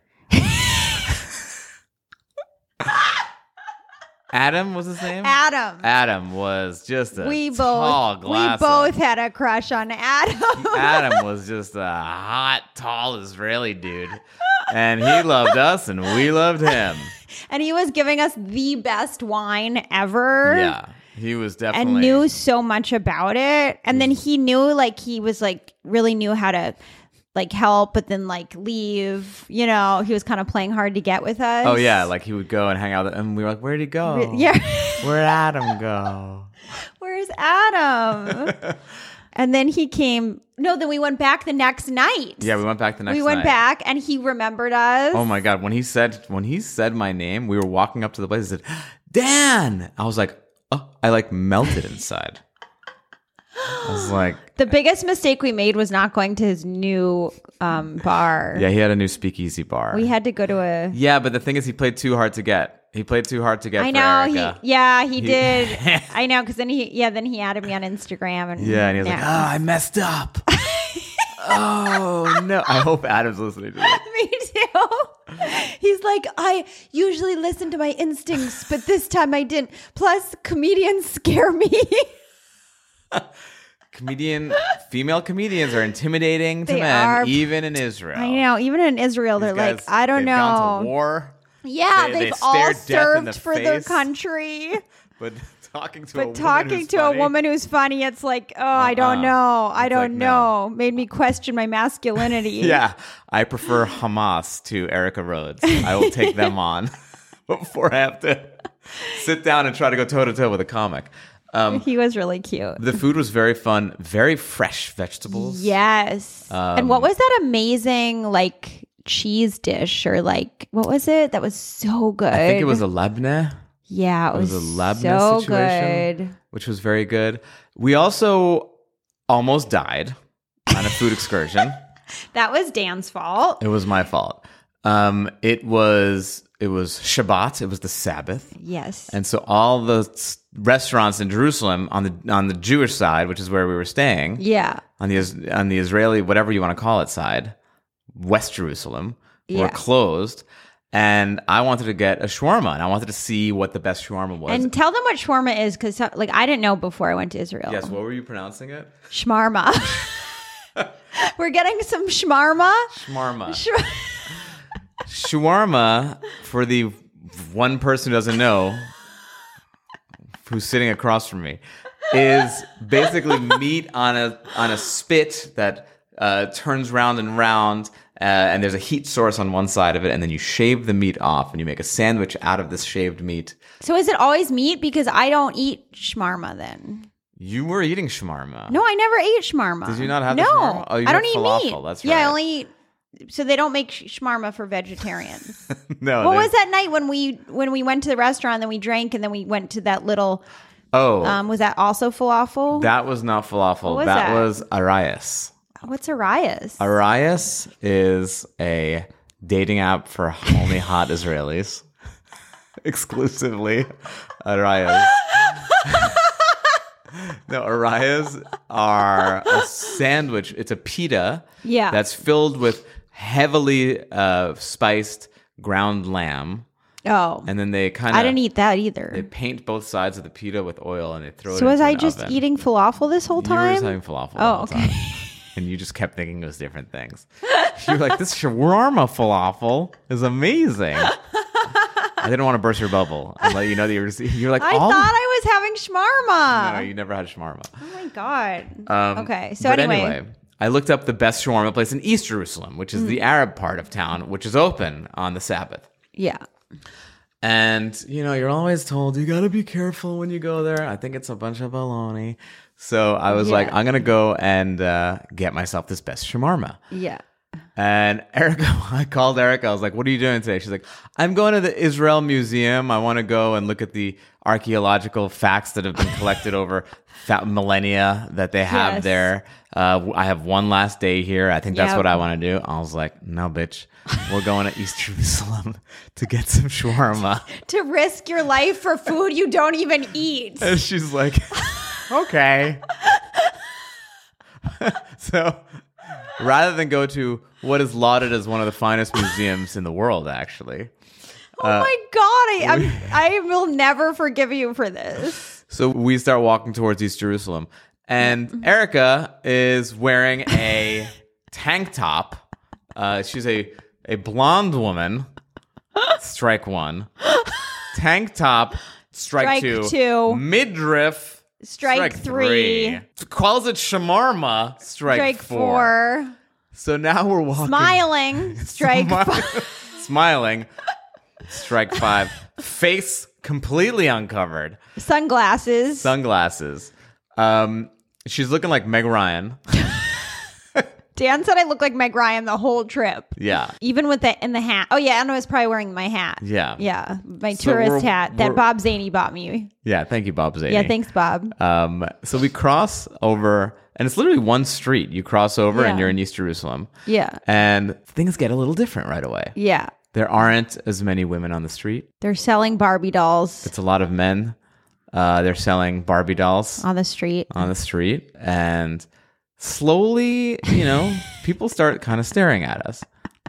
Speaker 2: Adam was his name.
Speaker 3: Adam.
Speaker 2: Adam was just a
Speaker 3: we
Speaker 2: tall
Speaker 3: both we
Speaker 2: glass of-
Speaker 3: both had a crush
Speaker 2: (laughs)
Speaker 3: on Adam.
Speaker 2: Adam was just a hot, tall Israeli dude, and he loved us, and we loved him.
Speaker 3: and he was giving us the best wine ever.
Speaker 2: Yeah, he was definitely
Speaker 3: and knew so much about it and then he knew like he was like really knew how to like help but then like leave you know he was kind of playing hard to get with us
Speaker 2: Oh yeah, like he would go and hang out, and we were like, "Where'd he go?
Speaker 3: yeah
Speaker 2: where'd Adam go?"
Speaker 3: where's
Speaker 2: (laughs)
Speaker 3: adam and then he came no then we went back the next night
Speaker 2: Yeah, we went back the next.
Speaker 3: we went
Speaker 2: night.
Speaker 3: back and he remembered us
Speaker 2: Oh my god! When he said when he said my name, we were walking up to the place. He said, "Dan," I was like, "Oh!" I like melted inside. I was like,
Speaker 3: the biggest mistake we made was not going to his new
Speaker 2: (sighs)
Speaker 3: um, bar
Speaker 2: "Yeah, he had a new speakeasy bar."
Speaker 3: we had to go to a
Speaker 2: yeah, but the thing is, he played too hard to get. He played too hard to get.
Speaker 3: I
Speaker 2: for
Speaker 3: know
Speaker 2: Erica.
Speaker 3: he. Yeah, he, did.
Speaker 2: (laughs)
Speaker 3: I know because then he. Yeah, then he added me on Instagram and.
Speaker 2: Yeah, and he was like,
Speaker 3: now-
Speaker 2: "Oh, I messed up." oh no! I hope Adam's listening to this.
Speaker 3: (laughs) Me too. He's like, I usually listen to my instincts, (laughs) but this time I didn't. Plus, comedians scare me.
Speaker 2: comedian female comedians are intimidating to
Speaker 3: They
Speaker 2: men,
Speaker 3: are.
Speaker 2: even in Israel.
Speaker 3: I know. Even in Israel,
Speaker 2: Oh. These
Speaker 3: they're
Speaker 2: guys,
Speaker 3: like, I don't
Speaker 2: they've Gone to
Speaker 3: know.
Speaker 2: war,
Speaker 3: Yeah,
Speaker 2: They-
Speaker 3: they,
Speaker 2: they
Speaker 3: have
Speaker 2: stare
Speaker 3: all
Speaker 2: death in the
Speaker 3: served for their
Speaker 2: face. (laughs)
Speaker 3: country.
Speaker 2: but talking to a
Speaker 3: But
Speaker 2: woman
Speaker 3: talking
Speaker 2: who's
Speaker 3: to
Speaker 2: funny-
Speaker 3: a woman who's funny, it's like, oh, I don't
Speaker 2: Uh-uh.
Speaker 3: know. I
Speaker 2: It's
Speaker 3: don't
Speaker 2: like, no.
Speaker 3: know. Made me question my
Speaker 2: (laughs)
Speaker 3: masculinity.
Speaker 2: Yeah, I prefer Hamas to Erica Rhodes. I will take
Speaker 3: (laughs)
Speaker 2: them on (laughs) before I have to sit down and try to go toe to toe with a comic. Um,
Speaker 3: He was really cute.
Speaker 2: the food was very fun, very fresh vegetables.
Speaker 3: Yes. and
Speaker 2: um,
Speaker 3: what was that amazing, like, cheese dish or like, what was it? That was so good.
Speaker 2: I think it was a labneh.
Speaker 3: Yeah, it
Speaker 2: It
Speaker 3: was,
Speaker 2: was a labneh
Speaker 3: so
Speaker 2: situation,
Speaker 3: good.
Speaker 2: which was very good. We also almost died on a food excursion.
Speaker 3: That was Dan's fault.
Speaker 2: It was my fault. Um, it was it was Shabbat. It was the Sabbath.
Speaker 3: Yes.
Speaker 2: And so all the s- restaurants in Jerusalem on the on the Jewish side, which is where we were staying,
Speaker 3: yeah.
Speaker 2: on the Is- on the Israeli whatever you want to call it side, West Jerusalem,
Speaker 3: Yeah.
Speaker 2: were closed. And I wanted to get a shawarma, and I wanted to see what the best shawarma was.
Speaker 3: And tell them what shawarma is, because like I didn't know before I went to Israel.
Speaker 2: yes, what were you pronouncing it? (laughs)
Speaker 3: Shmarma. (laughs) We're getting some shmarma.
Speaker 2: Shawarma.
Speaker 3: (laughs) Sh-
Speaker 2: shawarma for the one person who doesn't know, who's sitting across from me, is basically meat on a on a spit that uh, turns round and round. Uh, and there's a heat source on one side of it, and then you shave the meat off, and you make a sandwich out of this shaved meat.
Speaker 3: so is it always meat? Because I don't eat shmarma then.
Speaker 2: You were eating shawarma.
Speaker 3: No, I never ate shmarma.
Speaker 2: Did you not have the
Speaker 3: no,
Speaker 2: shawarma? Oh, you
Speaker 3: I don't
Speaker 2: had
Speaker 3: eat
Speaker 2: falafel,
Speaker 3: meat.
Speaker 2: that's
Speaker 3: Yeah, I
Speaker 2: right.
Speaker 3: only eat. So they don't make sh- shmarma
Speaker 2: (laughs)
Speaker 3: for vegetarians.
Speaker 2: (laughs) no.
Speaker 3: what
Speaker 2: they-
Speaker 3: was that night when we when we went to the restaurant, then we drank, and then we went to that little?
Speaker 2: Oh,
Speaker 3: Um, was that also falafel?
Speaker 2: that was not falafel.
Speaker 3: was
Speaker 2: that
Speaker 3: that?
Speaker 2: was arias.
Speaker 3: What's Arias?
Speaker 2: Arias is a dating app for only hot Israelis. (laughs) Exclusively Arias. (laughs) no, Arias are a sandwich. It's a pita.
Speaker 3: Yeah.
Speaker 2: That's filled with heavily uh, spiced ground lamb.
Speaker 3: oh,
Speaker 2: And then they kind of
Speaker 3: I didn't e- eat that either.
Speaker 2: they paint both sides of the pita with oil and they throw it
Speaker 3: So was
Speaker 2: into
Speaker 3: I
Speaker 2: an
Speaker 3: just
Speaker 2: oven.
Speaker 3: eating falafel this whole
Speaker 2: You were
Speaker 3: time?
Speaker 2: just having falafel. the
Speaker 3: Oh,
Speaker 2: whole
Speaker 3: okay.
Speaker 2: time. (laughs) And you just kept thinking it was different things. (laughs) You were like, this shawarma falafel is amazing. I didn't want to burst your bubble and let you know that you were, just, you were like,
Speaker 3: I
Speaker 2: all
Speaker 3: thought I was having
Speaker 2: the-
Speaker 3: shawarma.
Speaker 2: no, you never had shawarma.
Speaker 3: oh my god.
Speaker 2: Um,
Speaker 3: okay. So
Speaker 2: but
Speaker 3: anyway,
Speaker 2: I looked up the best shawarma place in East Jerusalem, which is
Speaker 3: Mm.
Speaker 2: the Arab part of town, which is open on the Sabbath.
Speaker 3: yeah.
Speaker 2: And you know, you're always told you gotta be careful when you go there. I think it's a bunch of baloney. So I was like,
Speaker 3: Yeah.
Speaker 2: I'm gonna go and uh, get myself this best shawarma.
Speaker 3: Yeah.
Speaker 2: And (laughs) Erica, I called Erica. I was like, "What are you doing today?" She's like, "I'm going to the Israel Museum. I want to go and look at the archaeological facts that have been collected over that millennia that they have
Speaker 3: Yes.
Speaker 2: there. Uh, I have one last day here. I think that's
Speaker 3: Yep.
Speaker 2: what I want to do." I was like, "No, bitch, we're going to East (laughs) Jerusalem to get some shawarma."
Speaker 3: To risk your life for food you don't even eat.
Speaker 2: And she's like, okay. (laughs) so rather than go to what is lauded as one of the finest museums in the world, actually.
Speaker 3: (laughs) oh my god, I I'm, I will never forgive you for this.
Speaker 2: So we start walking towards East Jerusalem. And
Speaker 3: Mm-hmm.
Speaker 2: Erica is wearing
Speaker 3: (laughs)
Speaker 2: a tank top. Uh, she's a, a blonde woman. Strike one. Tank top. Strike,
Speaker 3: Strike two.
Speaker 2: Midriff.
Speaker 3: Strike three.
Speaker 2: three. Calls it shamarma. Strike,
Speaker 3: Strike
Speaker 2: four.
Speaker 3: four.
Speaker 2: So now we're walking.
Speaker 3: Smiling. Strike
Speaker 2: Smile-
Speaker 3: five.
Speaker 2: (laughs) smiling. Strike five. Face completely uncovered.
Speaker 3: Sunglasses.
Speaker 2: Sunglasses. Um, she's looking like Meg Ryan. (laughs)
Speaker 3: Dan said I look like Meg Ryan the whole trip.
Speaker 2: Yeah.
Speaker 3: Even with the in the hat. Oh yeah, and I was probably wearing my hat.
Speaker 2: Yeah.
Speaker 3: Yeah. My
Speaker 2: So
Speaker 3: tourist
Speaker 2: we're-
Speaker 3: hat that
Speaker 2: we're-
Speaker 3: Bob Zaney bought me.
Speaker 2: Yeah. Thank you, Bob Zadie.
Speaker 3: Yeah, thanks, Bob.
Speaker 2: Um, so we cross over, and it's literally one street. You cross over, and
Speaker 3: Yeah.
Speaker 2: you're in East Jerusalem.
Speaker 3: Yeah.
Speaker 2: And things get a little different right away.
Speaker 3: Yeah.
Speaker 2: There aren't as many women on the street.
Speaker 3: They're selling Barbie dolls
Speaker 2: It's a lot of men. Uh, they're selling Barbie dolls
Speaker 3: on the street.
Speaker 2: on the street, and slowly, you
Speaker 3: (laughs)
Speaker 2: know, people start kind of staring at us.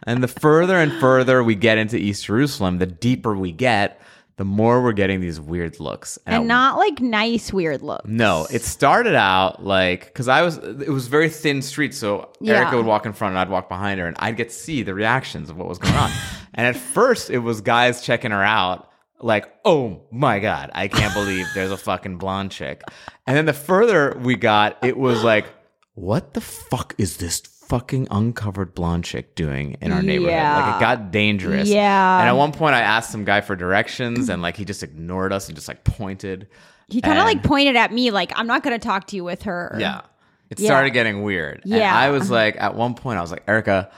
Speaker 2: And the further and further we get into East Jerusalem, the deeper we get, the more we're getting these weird looks.
Speaker 3: and
Speaker 2: at
Speaker 3: not like nice weird looks.
Speaker 2: No, it started out like because I was it was very thin street, so
Speaker 3: Yeah.
Speaker 2: Erica would walk in front and I'd walk behind her, and I'd get to see the reactions of what was going
Speaker 3: (laughs)
Speaker 2: on. and at first, it was guys checking her out, like, "Oh my god, I can't believe there's a fucking blonde chick." And then the further we got, it was like, "What the fuck is this?" Fucking uncovered blonde chick doing in our neighborhood. Like
Speaker 3: Yeah.
Speaker 2: it got dangerous.
Speaker 3: Yeah.
Speaker 2: And at one point I asked some guy for directions and like he just ignored us and just like pointed.
Speaker 3: He kind
Speaker 2: And-
Speaker 3: of like pointed at me like I'm not going to talk to you with her.
Speaker 2: yeah. It
Speaker 3: Yeah.
Speaker 2: started getting weird. And
Speaker 3: Yeah. Uh-huh.
Speaker 2: I was like, at one point, I was like, Erica,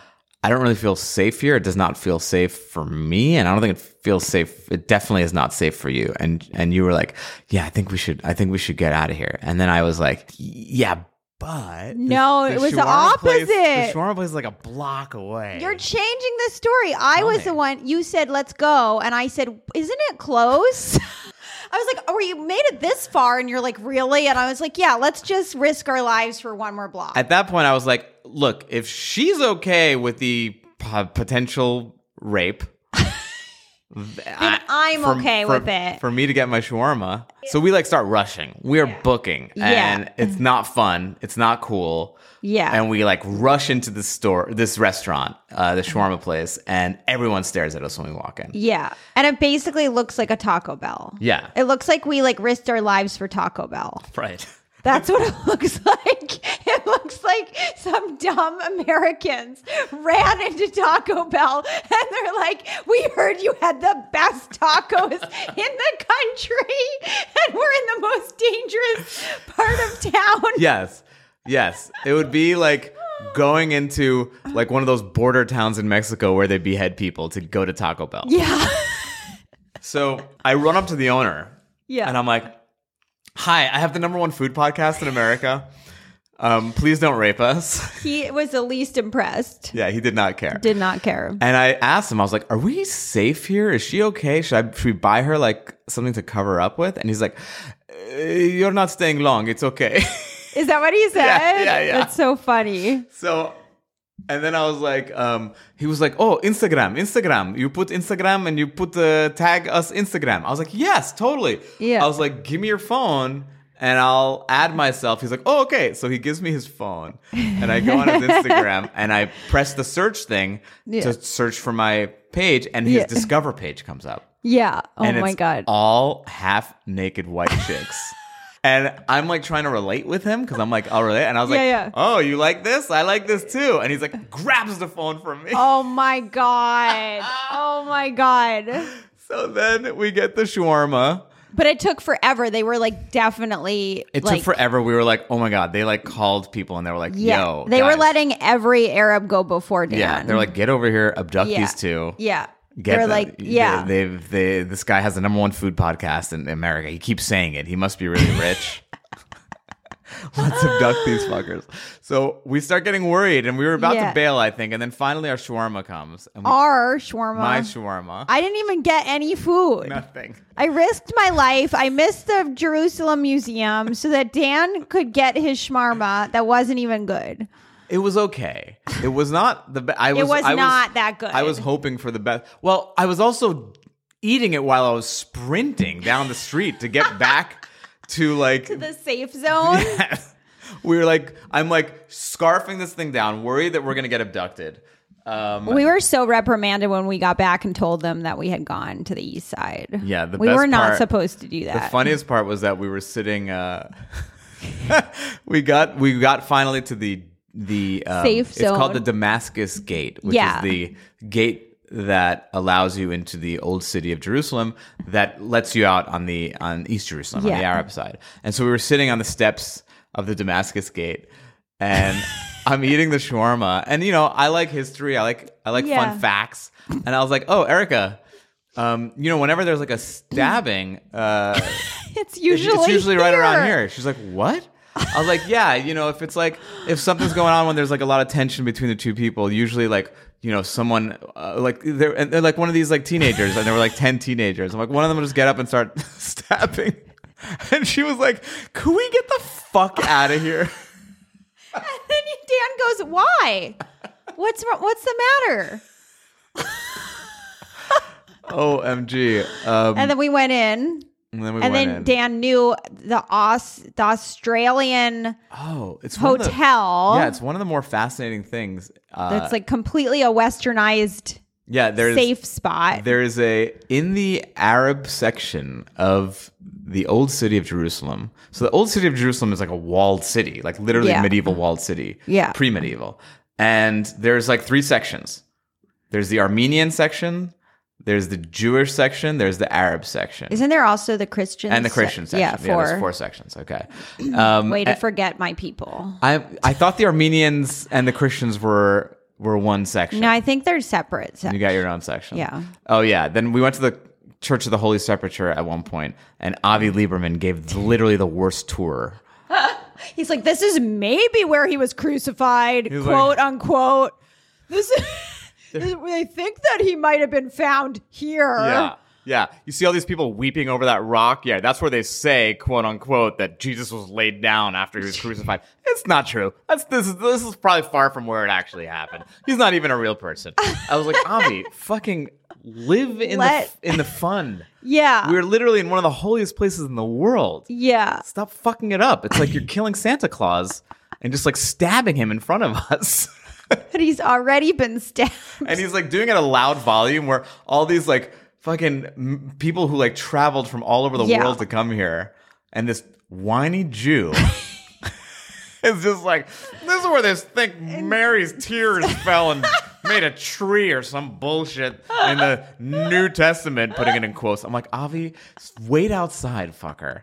Speaker 2: I don't really feel safe here. It does not feel safe for me. And I don't think it feels safe. It definitely is not safe for you. And and you were like, Yeah, I think we should I think we should get out of here. And then I was like, Yeah, but
Speaker 3: No, it was the
Speaker 2: shawarma place- the
Speaker 3: opposite.
Speaker 2: shawarma place is like a block away.
Speaker 3: You're changing the story. I was
Speaker 2: me.
Speaker 3: the one you said let's go and I said isn't it close? (laughs) I was like, "Oh, you made it this far," and you're like, "Really?" And I was like, "Yeah, let's just risk our lives for one more block."
Speaker 2: At that point, I was like, look, if she's okay with the p- potential rape, th- I,
Speaker 3: I'm
Speaker 2: for-
Speaker 3: okay
Speaker 2: for-
Speaker 3: with it.
Speaker 2: For me to get my shawarma. So we like start rushing. We're booking.
Speaker 3: Yeah.
Speaker 2: And it's not fun. It's not cool.
Speaker 3: Yeah.
Speaker 2: And we like rush into this store, this restaurant, uh, the shawarma place, and everyone stares at us when we walk in.
Speaker 3: yeah, and it basically looks like a Taco Bell.
Speaker 2: Yeah.
Speaker 3: it looks like we like risked our lives for Taco Bell.
Speaker 2: Right.
Speaker 3: That's what it (laughs) looks like. It looks like some dumb Americans ran into Taco Bell and they're like, We heard you had the
Speaker 2: (laughs)
Speaker 3: best tacos in the country and we're in the most dangerous part of town.
Speaker 2: (laughs) Yes. Yes. It would be like going into like one of those border towns in Mexico where they behead people to go to Taco Bell.
Speaker 3: Yeah.
Speaker 2: So I run up to the owner
Speaker 3: Yeah.
Speaker 2: and I'm like, Hi, I have the number one food podcast in America. Um, please don't rape us. (laughs)
Speaker 3: he was the least impressed,
Speaker 2: yeah, he did not care.
Speaker 3: did not care.
Speaker 2: and I asked him, I was like, Are we safe here? Is she okay? Should I should we buy her like something to cover up with? And he's like, "Uh, You're not staying long, it's okay. (laughs)
Speaker 3: Is that what he said?
Speaker 2: yeah, yeah.
Speaker 3: That's so funny.
Speaker 2: So, and then I was like, um, he was like, oh, Instagram, Instagram. You put Instagram and you put uh, tag us Instagram. I was like, yes, totally.
Speaker 3: Yeah.
Speaker 2: I was like, give me your phone and I'll add myself. He's like, oh, okay. So he gives me his phone and I go on
Speaker 3: (laughs)
Speaker 2: his Instagram and I press the search thing
Speaker 3: Yeah.
Speaker 2: to search for my page and his
Speaker 3: Yeah.
Speaker 2: discover page comes up.
Speaker 3: Yeah. Oh
Speaker 2: And
Speaker 3: my
Speaker 2: it's
Speaker 3: God.
Speaker 2: All half naked white
Speaker 3: (laughs)
Speaker 2: chicks. and I'm like trying to relate with him because I'm like, I'll relate. And I was like,
Speaker 3: Yeah, yeah.
Speaker 2: oh, you like this? I like this too. And he's like, grabs the phone from me.
Speaker 3: Oh
Speaker 2: (laughs)
Speaker 3: my God. Oh my God.
Speaker 2: So then we get the shawarma.
Speaker 3: But it took forever. They were like definitely
Speaker 2: It
Speaker 3: like,
Speaker 2: took forever. We were like, oh my God. They like called people and they were like,
Speaker 3: Yeah,
Speaker 2: yo.
Speaker 3: they were
Speaker 2: guys.
Speaker 3: letting every Arab go before Dan.
Speaker 2: Yeah. They're like, get over here, abduct
Speaker 3: Yeah.
Speaker 2: these two.
Speaker 3: yeah.
Speaker 2: Get
Speaker 3: they're
Speaker 2: them.
Speaker 3: like,
Speaker 2: They-
Speaker 3: yeah,
Speaker 2: They, have they, this guy has the number one food podcast in America. He keeps saying it. He must be really
Speaker 3: (laughs)
Speaker 2: rich. Let's abduct these fuckers. So we start getting worried, and we were about
Speaker 3: Yeah.
Speaker 2: to bail, I think. And then finally, our shawarma comes. And we,
Speaker 3: our shawarma.
Speaker 2: my shawarma.
Speaker 3: I didn't even get any food.
Speaker 2: nothing.
Speaker 3: I risked my life. I missed the Jerusalem Museum so that Dan could get his shawarma that wasn't even good.
Speaker 2: It was okay. It was not the best. I was.
Speaker 3: was
Speaker 2: I
Speaker 3: not that good.
Speaker 2: I was hoping for the best. Well, I was also eating it while I was sprinting down the street to
Speaker 3: (laughs)
Speaker 2: get back to like
Speaker 3: The
Speaker 2: (laughs)
Speaker 3: safe zone.
Speaker 2: we were like, I'm like scarfing this thing down, worried that we're gonna get abducted. Um,
Speaker 3: We were so reprimanded when we got back and told them that we had gone to the east side.
Speaker 2: Yeah, the
Speaker 3: we
Speaker 2: best
Speaker 3: were not
Speaker 2: part-
Speaker 3: supposed to do that.
Speaker 2: the funniest part was that we were sitting. Uh, (laughs) we got we got finally to the the um,
Speaker 3: Safe
Speaker 2: It's called the
Speaker 3: zone.
Speaker 2: Damascus Gate, which
Speaker 3: Yeah.
Speaker 2: is the gate that allows you into the old city of Jerusalem that lets you out on the on East Jerusalem on the
Speaker 3: Yeah.
Speaker 2: Arab side. And so we were sitting on the steps of the Damascus Gate and (laughs) I'm eating the shawarma and you know, I like history, I like I like
Speaker 3: Yeah.
Speaker 2: fun facts. And I was like, "Oh, Erica, um, you know, whenever there's like a stabbing, uh
Speaker 3: (laughs) it's usually
Speaker 2: it's usually right around here. She's like, what? I was like, yeah, you know, if it's like if something's going on when there's like a lot of tension between the two people, usually like you know someone uh, like they're, and they're like one of these like teenagers, and there were like ten teenagers. I'm like, one of them will just get up and start (laughs) stabbing, and she was like, "Could we get the fuck out of here?"
Speaker 3: (laughs) And then Dan goes, "Why? What's wr- what's the matter?"
Speaker 2: OMG. Um,
Speaker 3: And then we went in.
Speaker 2: and then we
Speaker 3: And
Speaker 2: went
Speaker 3: then
Speaker 2: in.
Speaker 3: Dan knew the Aus- the Australian
Speaker 2: oh, it's one of the-
Speaker 3: hotel
Speaker 2: yeah, it's one of the more fascinating things. Uh,
Speaker 3: that's like completely a westernized
Speaker 2: yeah, there's
Speaker 3: safe spot.
Speaker 2: There is a in the Arab section of the old city of Jerusalem. So the old city of Jerusalem is like a walled city, like literally
Speaker 3: Yeah.
Speaker 2: medieval walled city.
Speaker 3: Yeah.
Speaker 2: Pre-medieval. And there's like three sections. There's the Armenian section, there's the Jewish section, there's the Arab section.
Speaker 3: Isn't there also the Christian
Speaker 2: and the
Speaker 3: se-
Speaker 2: Christian section.
Speaker 3: Yeah, four.
Speaker 2: there's four sections. Okay. Um,
Speaker 3: Way to forget my people.
Speaker 2: I I thought the Armenians and the Christians were were one section.
Speaker 3: No, I think they're separate. se-
Speaker 2: You got your own section.
Speaker 3: Yeah.
Speaker 2: Oh yeah. Then we went to the Church of the Holy Sepulchre at one point, and Avi Lieberman gave literally the worst tour.
Speaker 3: He's like, this is maybe where he was crucified, quote unquote. This is. (laughs) They think that he might have been found here.
Speaker 2: Yeah. You see all these people weeping over that rock. Yeah, that's where they say, quote unquote, that Jesus was laid down after he
Speaker 3: (laughs)
Speaker 2: was crucified. It's not true. That's this is this is probably far from where it actually happened. He's not even a real person. I was like, Avi, fucking live in the
Speaker 3: Let-
Speaker 2: f- in the fun.
Speaker 3: (laughs) Yeah.
Speaker 2: We're literally in one of the holiest places in the world.
Speaker 3: yeah.
Speaker 2: stop fucking it up. It's like you're killing Santa Claus and just like stabbing him in front of us. (laughs)
Speaker 3: But he's already been stabbed. (laughs)
Speaker 2: and he's like doing it at a loud volume where all these like fucking m- people who like traveled from all over the
Speaker 3: Yeah.
Speaker 2: world to come here and this whiny Jew (laughs) is just like, this is where this think Mary's tears fell and made a tree or some bullshit in the New Testament, putting it in quotes. I'm like, Avi, s- wait outside, fucker.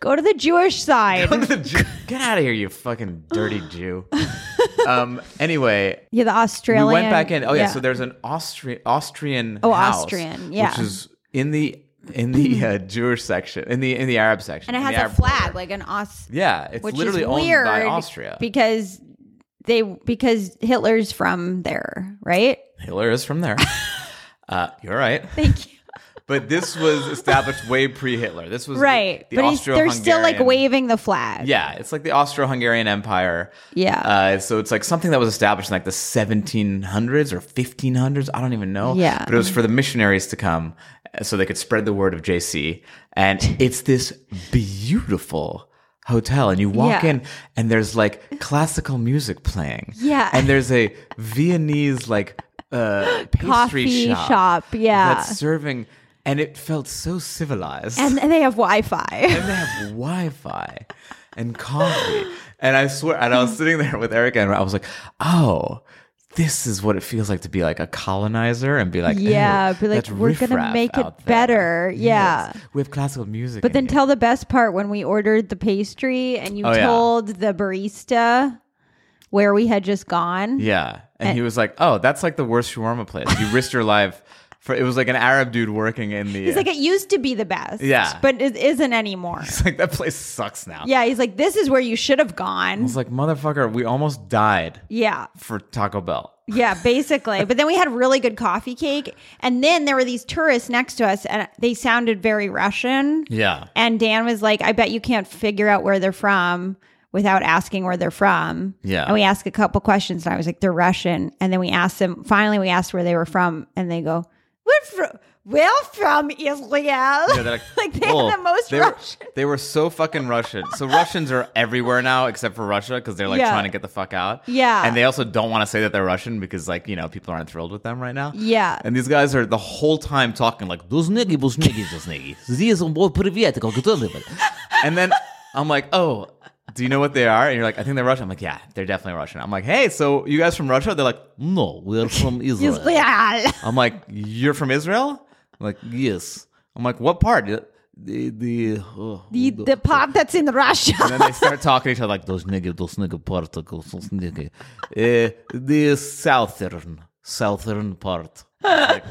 Speaker 3: Go to the Jewish side.
Speaker 2: The Jew- (laughs) Get out of here, you fucking dirty Jew.
Speaker 3: (laughs)
Speaker 2: um. Anyway,
Speaker 3: yeah, the
Speaker 2: we
Speaker 3: Australian.
Speaker 2: went back in. Oh yeah. So there's an Austrian Austrian.
Speaker 3: Oh,
Speaker 2: house,
Speaker 3: Austrian, yeah.
Speaker 2: Which is in the in the
Speaker 3: (laughs)
Speaker 2: uh, Jewish section, in the in the Arab section,
Speaker 3: and it
Speaker 2: in
Speaker 3: has
Speaker 2: the
Speaker 3: a
Speaker 2: Arab
Speaker 3: flag,
Speaker 2: border.
Speaker 3: like an Aus.
Speaker 2: Yeah, it's
Speaker 3: which
Speaker 2: literally
Speaker 3: is
Speaker 2: owned
Speaker 3: weird
Speaker 2: by Austria.
Speaker 3: because they because Hitler's from there, right? (laughs)
Speaker 2: Hitler is from there. uh, you're right. (laughs)
Speaker 3: Thank you.
Speaker 2: But this was established way pre-Hitler. This was
Speaker 3: Right,
Speaker 2: The, the
Speaker 3: but he's, they're still like
Speaker 2: Austro-Hungarian-
Speaker 3: waving the flag.
Speaker 2: Yeah, it's like the Austro-Hungarian Empire.
Speaker 3: Yeah.
Speaker 2: Uh, so it's like something that was established in like the 1700s or 1500s. I don't even know.
Speaker 3: Yeah.
Speaker 2: But it was for the missionaries to come uh, so they could spread the word of JC. And it's this beautiful hotel and you walk
Speaker 3: Yeah.
Speaker 2: in and there's like classical music playing
Speaker 3: Yeah.
Speaker 2: and there's a viennese like uh pastry
Speaker 3: Coffee
Speaker 2: shop,
Speaker 3: shop, yeah.
Speaker 2: that's serving and it felt so civilized
Speaker 3: and, and they have
Speaker 2: (laughs)
Speaker 3: Wi-Fi.
Speaker 2: and they have Wi-Fi and coffee. And I swear, and I was sitting there with Erica, and I was like, "Oh, this is what it feels like to be like a colonizer and be like,
Speaker 3: Yeah,
Speaker 2: "Ew,
Speaker 3: be like,
Speaker 2: that's
Speaker 3: "We're gonna
Speaker 2: riffraff
Speaker 3: make it
Speaker 2: out there."
Speaker 3: better." Yeah.
Speaker 2: we have classical music, in
Speaker 3: But then
Speaker 2: here.
Speaker 3: tell the best part when we ordered the pastry and you
Speaker 2: Oh, yeah.
Speaker 3: told the barista where we had just gone.
Speaker 2: yeah. And
Speaker 3: Eh.
Speaker 2: he was like, "Oh, that's like the worst shawarma place. You risked your life for." It was like an Arab dude working in the.
Speaker 3: He's like, it used to be the best.
Speaker 2: Yeah.
Speaker 3: But it isn't anymore.
Speaker 2: It's (laughs) like, that place sucks now.
Speaker 3: yeah. He's like, this is where you should have gone.
Speaker 2: It's like motherfucker, we almost died
Speaker 3: Yeah.
Speaker 2: for Taco Bell.
Speaker 3: Yeah, basically. but then we had really good coffee cake. And then there were these tourists next to us and they sounded very Russian.
Speaker 2: Yeah.
Speaker 3: And Dan was like, I bet you can't figure out where they're from without asking where they're from.
Speaker 2: Yeah.
Speaker 3: And we asked a couple questions and I was like, they're Russian. And then we asked them, finally, we asked where they were from and they go, we're from, we're from Israel. (laughs)
Speaker 2: Yeah, they're like,
Speaker 3: Like, they
Speaker 2: "Oh,
Speaker 3: are the most
Speaker 2: they
Speaker 3: Russian.
Speaker 2: Were, they were so fucking Russian. So Russians are everywhere now except for Russia because they're like
Speaker 3: Yeah.
Speaker 2: trying to get the fuck out.
Speaker 3: Yeah.
Speaker 2: And they also don't want to say that they're Russian because like, you know, people aren't thrilled with them right now.
Speaker 3: Yeah.
Speaker 2: And these guys are the whole time talking like, "Buzhnegi, buzhnegi, buzhnegi. Здесь он был привет, как готовили". And then I'm like, oh, do you know what they are? And you're like, I think they're Russian. I'm like, yeah, they're definitely Russian. I'm like, hey, so you guys from Russia? They're like, no, we're
Speaker 3: (laughs)
Speaker 2: from Israel.
Speaker 3: Israel.
Speaker 2: I'm like, you're from Israel? I'm like, yes. I'm like, what part? The the, oh,
Speaker 3: The, the part that's in
Speaker 2: (laughs)
Speaker 3: Russia. (laughs)
Speaker 2: And then they start talking to each other like those nigga, those nigga particles, those nigga. Uh, the southern, southern part. Like,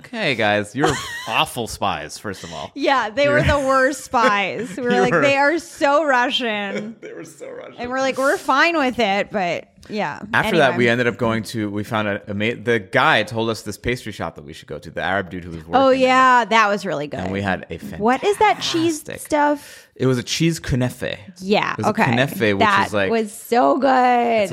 Speaker 2: okay, guys, you're awful spies. First of all,
Speaker 3: Yeah, they were the worst spies.
Speaker 2: (laughs)
Speaker 3: We were like,
Speaker 2: You're-
Speaker 3: they are so Russian.
Speaker 2: they were so Russian.
Speaker 3: And we're like, we're fine with it, but yeah.
Speaker 2: After that, we
Speaker 3: Anyway.
Speaker 2: ended up going to. We found a, a ma- the guy told us this pastry shop that we should go to. The Arab dude who was working.
Speaker 3: Oh yeah, that was really good.
Speaker 2: and we had a fantastic.
Speaker 3: what is that cheese stuff?
Speaker 2: It was a cheese kunefe.
Speaker 3: Yeah.
Speaker 2: it was
Speaker 3: okay.
Speaker 2: A kunefe, which
Speaker 3: that
Speaker 2: is like
Speaker 3: was so good.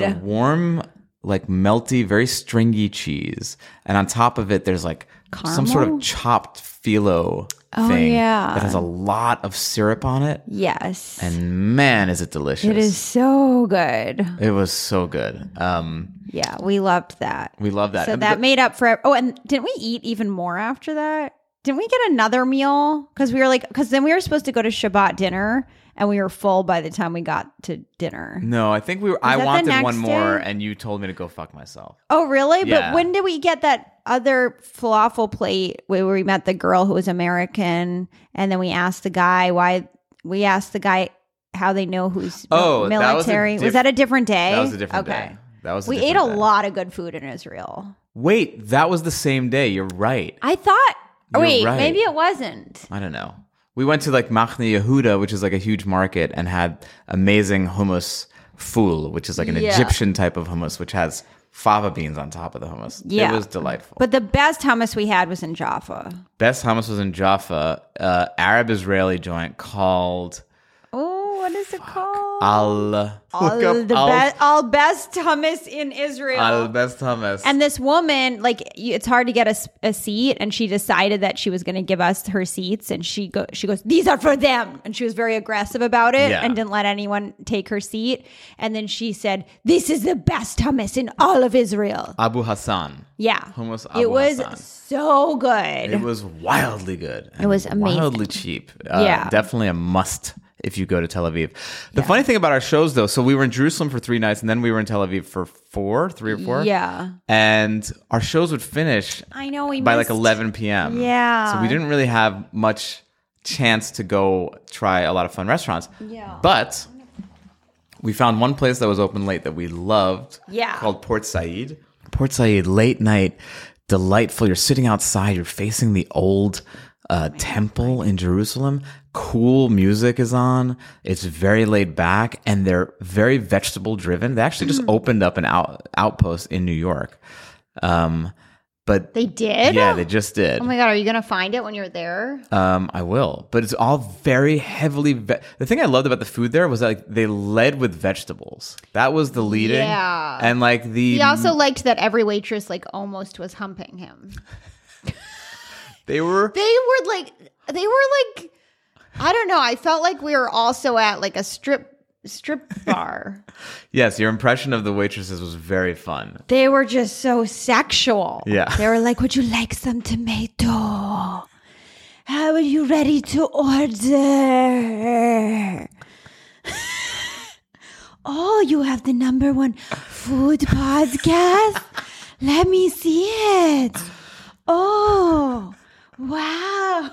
Speaker 2: It's a warm, like melty, very stringy cheese, and on top of it, there's like
Speaker 3: Caramel?
Speaker 2: some sort of chopped phyllo
Speaker 3: Oh,
Speaker 2: thing
Speaker 3: yeah.
Speaker 2: that has a lot of syrup on it.
Speaker 3: Yes.
Speaker 2: And man, is it delicious!
Speaker 3: it is so good.
Speaker 2: It was so good. Um,
Speaker 3: Yeah, we loved that.
Speaker 2: we love that.
Speaker 3: So
Speaker 2: And
Speaker 3: that
Speaker 2: the-
Speaker 3: made up for. Oh, and didn't we eat even more after that? Didn't we get another meal? Because we were like, because then we were supposed to go to Shabbat dinner, and we were full by the time we got to dinner.
Speaker 2: no, I think we. Were, I
Speaker 3: that the
Speaker 2: wanted
Speaker 3: next
Speaker 2: one more,
Speaker 3: day?
Speaker 2: and you told me to go fuck myself.
Speaker 3: Oh, really?
Speaker 2: Yeah.
Speaker 3: But when did we get that other falafel plate where we met the girl who was American, and then we asked the guy why? We asked the guy how they know who's mil-
Speaker 2: Oh, that was a
Speaker 3: military. was,
Speaker 2: diff-
Speaker 3: that a different day?
Speaker 2: That was a different day. That was a
Speaker 3: Eh? we ate
Speaker 2: different
Speaker 3: a
Speaker 2: day.
Speaker 3: lot of good food in Israel.
Speaker 2: Wait, that was the same day. You're right.
Speaker 3: I thought.
Speaker 2: You're
Speaker 3: wait,
Speaker 2: right.
Speaker 3: maybe it wasn't.
Speaker 2: I don't know. We went to like Machne Yehuda, which is like a huge market, and had amazing hummus ful, which is like an
Speaker 3: Yeah.
Speaker 2: Egyptian type of hummus, which has fava beans on top of the hummus.
Speaker 3: Yeah.
Speaker 2: It was delightful.
Speaker 3: But the best hummus we had was in Jaffa.
Speaker 2: Best hummus was in Jaffa, uh, Arab Israeli joint called
Speaker 3: Oh, what is it called?
Speaker 2: Al.
Speaker 3: all, the best, all best hummus in Israel.
Speaker 2: Al Best Hummus.
Speaker 3: and this woman, like, you- it's hard to get a, s- a seat, and she decided that she was going to give us her seats, and she go, she goes, "These are for them," and she was very aggressive about it,
Speaker 2: Yeah.
Speaker 3: and didn't let anyone take her seat. And then she said, "This is the best hummus in all of Israel."
Speaker 2: Abu Hassan.
Speaker 3: Yeah,
Speaker 2: Hummus Abu
Speaker 3: it was
Speaker 2: Hassan.
Speaker 3: so good.
Speaker 2: It was wildly good. It
Speaker 3: was amazing.
Speaker 2: Wildly cheap. Uh,
Speaker 3: Yeah.
Speaker 2: Definitely a must if you go to Tel Aviv. The funny thing about our shows, though, so we were in Jerusalem for three nights and then we were in Tel Aviv for four, three or four.
Speaker 3: Yeah.
Speaker 2: And our shows would finish
Speaker 3: I know we
Speaker 2: by like
Speaker 3: missed-
Speaker 2: 11 p.m.
Speaker 3: Yeah.
Speaker 2: So we didn't really have much chance to go try a lot of fun restaurants.
Speaker 3: Yeah.
Speaker 2: But we found one place that was open late that we loved.
Speaker 3: Yeah.
Speaker 2: Called Port Said. Port Said, late night, delightful. You're sitting outside, you're facing the old
Speaker 3: Oh
Speaker 2: uh, temple in Jerusalem. Cool music is on. It's very laid back and they're very vegetable driven. They actually
Speaker 3: Mm.
Speaker 2: just opened up an out, outpost in New York. Um, but
Speaker 3: They did.
Speaker 2: yeah, they just did.
Speaker 3: Oh my god, are you gonna find it when you're there?
Speaker 2: um, I will, but it's all very heavily. Ve- the thing I loved about the food there was that like, they led with vegetables. That was the leading,
Speaker 4: Yeah.
Speaker 2: and like the
Speaker 4: He also liked that every waitress like almost was humping him.
Speaker 2: they were
Speaker 4: They were like they were like I don't know, I felt like we were also at like a strip strip bar.
Speaker 2: yes. Your impression of the waitresses was very fun.
Speaker 3: They were just so sexual.
Speaker 2: Yeah.
Speaker 3: They were like, Would you like some tomato? How are you ready to order? (laughs) oh, you have the number one food podcast? Let me see it. Oh, wow.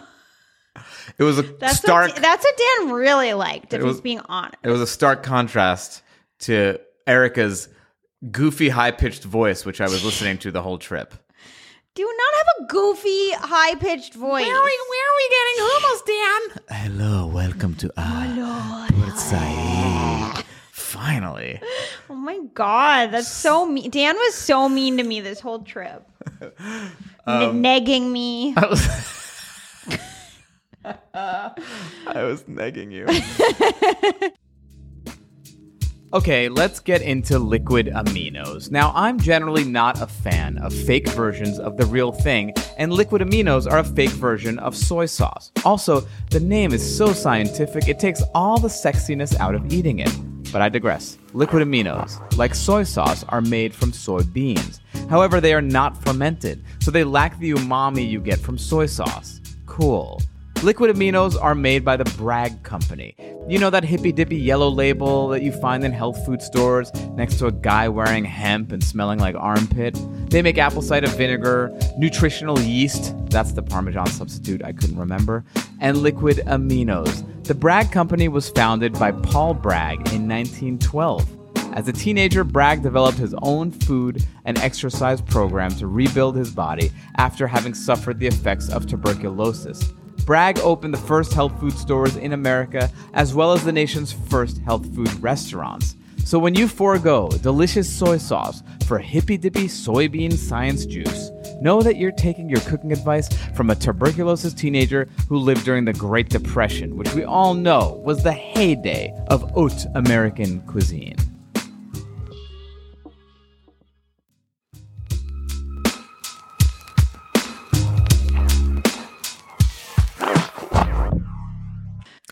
Speaker 2: It was a
Speaker 3: That's
Speaker 2: stark.
Speaker 3: What, that's what Dan really liked, if
Speaker 2: It was-
Speaker 3: he's being honest.
Speaker 2: it was a stark contrast to Erica's goofy, high pitched voice, which I was listening to the whole trip.
Speaker 3: Do not have a goofy, high pitched voice.
Speaker 2: Hello, welcome to uh, Port Said. Finally.
Speaker 3: (laughs) Oh my god, that's so mean. Dan was so mean to me this whole trip.
Speaker 2: (laughs) Um,
Speaker 3: N- negging me.
Speaker 2: I was, I was negging you. (laughs) okay, let's get into liquid aminos. Now, I'm generally not a fan of fake versions of the real thing, and liquid aminos are a fake version of soy sauce. Also, the name is so scientific, it takes all the sexiness out of eating it. But I digress. Liquid aminos, like soy sauce, are made from soybeans. However, they are not fermented, so they lack the umami you get from soy sauce. Cool. Liquid aminos are made by the Bragg Company. You know that hippy dippy yellow label that you find in health food stores next to a guy wearing hemp and smelling like armpit? They make apple cider vinegar, nutritional yeast, that's the Parmesan substitute I couldn't remember, and liquid aminos. The Bragg Company was founded by Paul Bragg in 1912. As a teenager, Bragg developed his own food and exercise program to rebuild his body after having suffered the effects of tuberculosis. Bragg opened the first health food stores in America, as well as the nation's first health food restaurants. So when you forego delicious soy sauce for hippy dippy soybean science juice, know that you're taking your cooking advice from a tuberculosis teenager who lived during the Great Depression, which we all know was the heyday of haute American cuisine.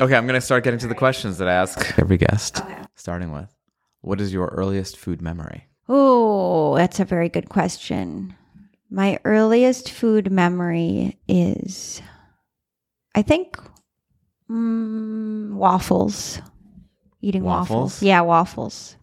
Speaker 2: Okay, I'm gonna start getting to the questions that I ask (laughs) every guest. Starting with, what is your earliest food memory?
Speaker 3: Oh, that's a very good question. My earliest food memory is, I think, mm, waffles. Eating waffles?
Speaker 2: Waffles?
Speaker 3: Yeah, waffles.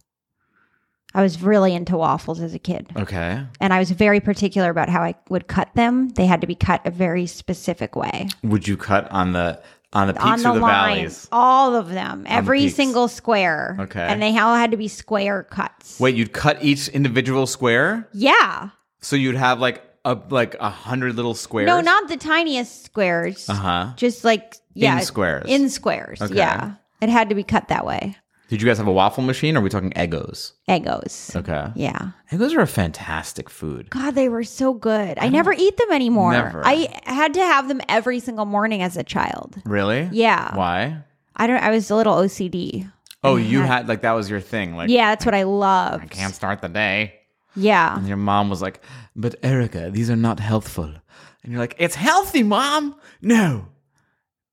Speaker 3: I was really into waffles as a kid.
Speaker 2: Okay.
Speaker 3: And I was very particular about how I would cut them. They had to be cut a very specific way
Speaker 2: Would you cut on the on the peaks
Speaker 3: on the,
Speaker 2: or the
Speaker 3: line.
Speaker 2: valleys?
Speaker 3: All of them, every
Speaker 2: peaks.
Speaker 3: single square.
Speaker 2: Okay.
Speaker 3: And they all had to be square cuts.
Speaker 2: Wait, you'd cut each individual square,
Speaker 3: Yeah.
Speaker 2: so you'd have like a like a hundred little squares.
Speaker 3: No, not the tiniest squares.
Speaker 2: Uh huh.
Speaker 3: Just like yeah,
Speaker 2: squares.
Speaker 3: In squares.
Speaker 2: Okay.
Speaker 3: Yeah. It had to be cut that way.
Speaker 2: Did you guys have a waffle machine? Or are we talking Eggos?
Speaker 3: Egos.
Speaker 2: Okay.
Speaker 3: Yeah.
Speaker 2: Eggos are a fantastic food.
Speaker 3: God, they were so good. I, never eat them anymore.
Speaker 2: Never.
Speaker 3: I had to have them every single morning as a child.
Speaker 2: Really?
Speaker 3: Yeah.
Speaker 2: Why?
Speaker 3: I don't I was a little OCD.
Speaker 2: Oh, you had like that was your thing. Like,
Speaker 3: Yeah, that's what I
Speaker 2: I
Speaker 3: loved.
Speaker 2: can't start the day.
Speaker 3: Yeah.
Speaker 2: And your mom was like, "But Erica, these are not healthful." And you're like, "It's healthy, mom." No,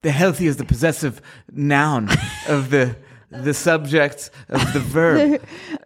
Speaker 2: the healthy is the possessive
Speaker 3: (laughs)
Speaker 2: noun of the the subject of the verb.
Speaker 3: (laughs)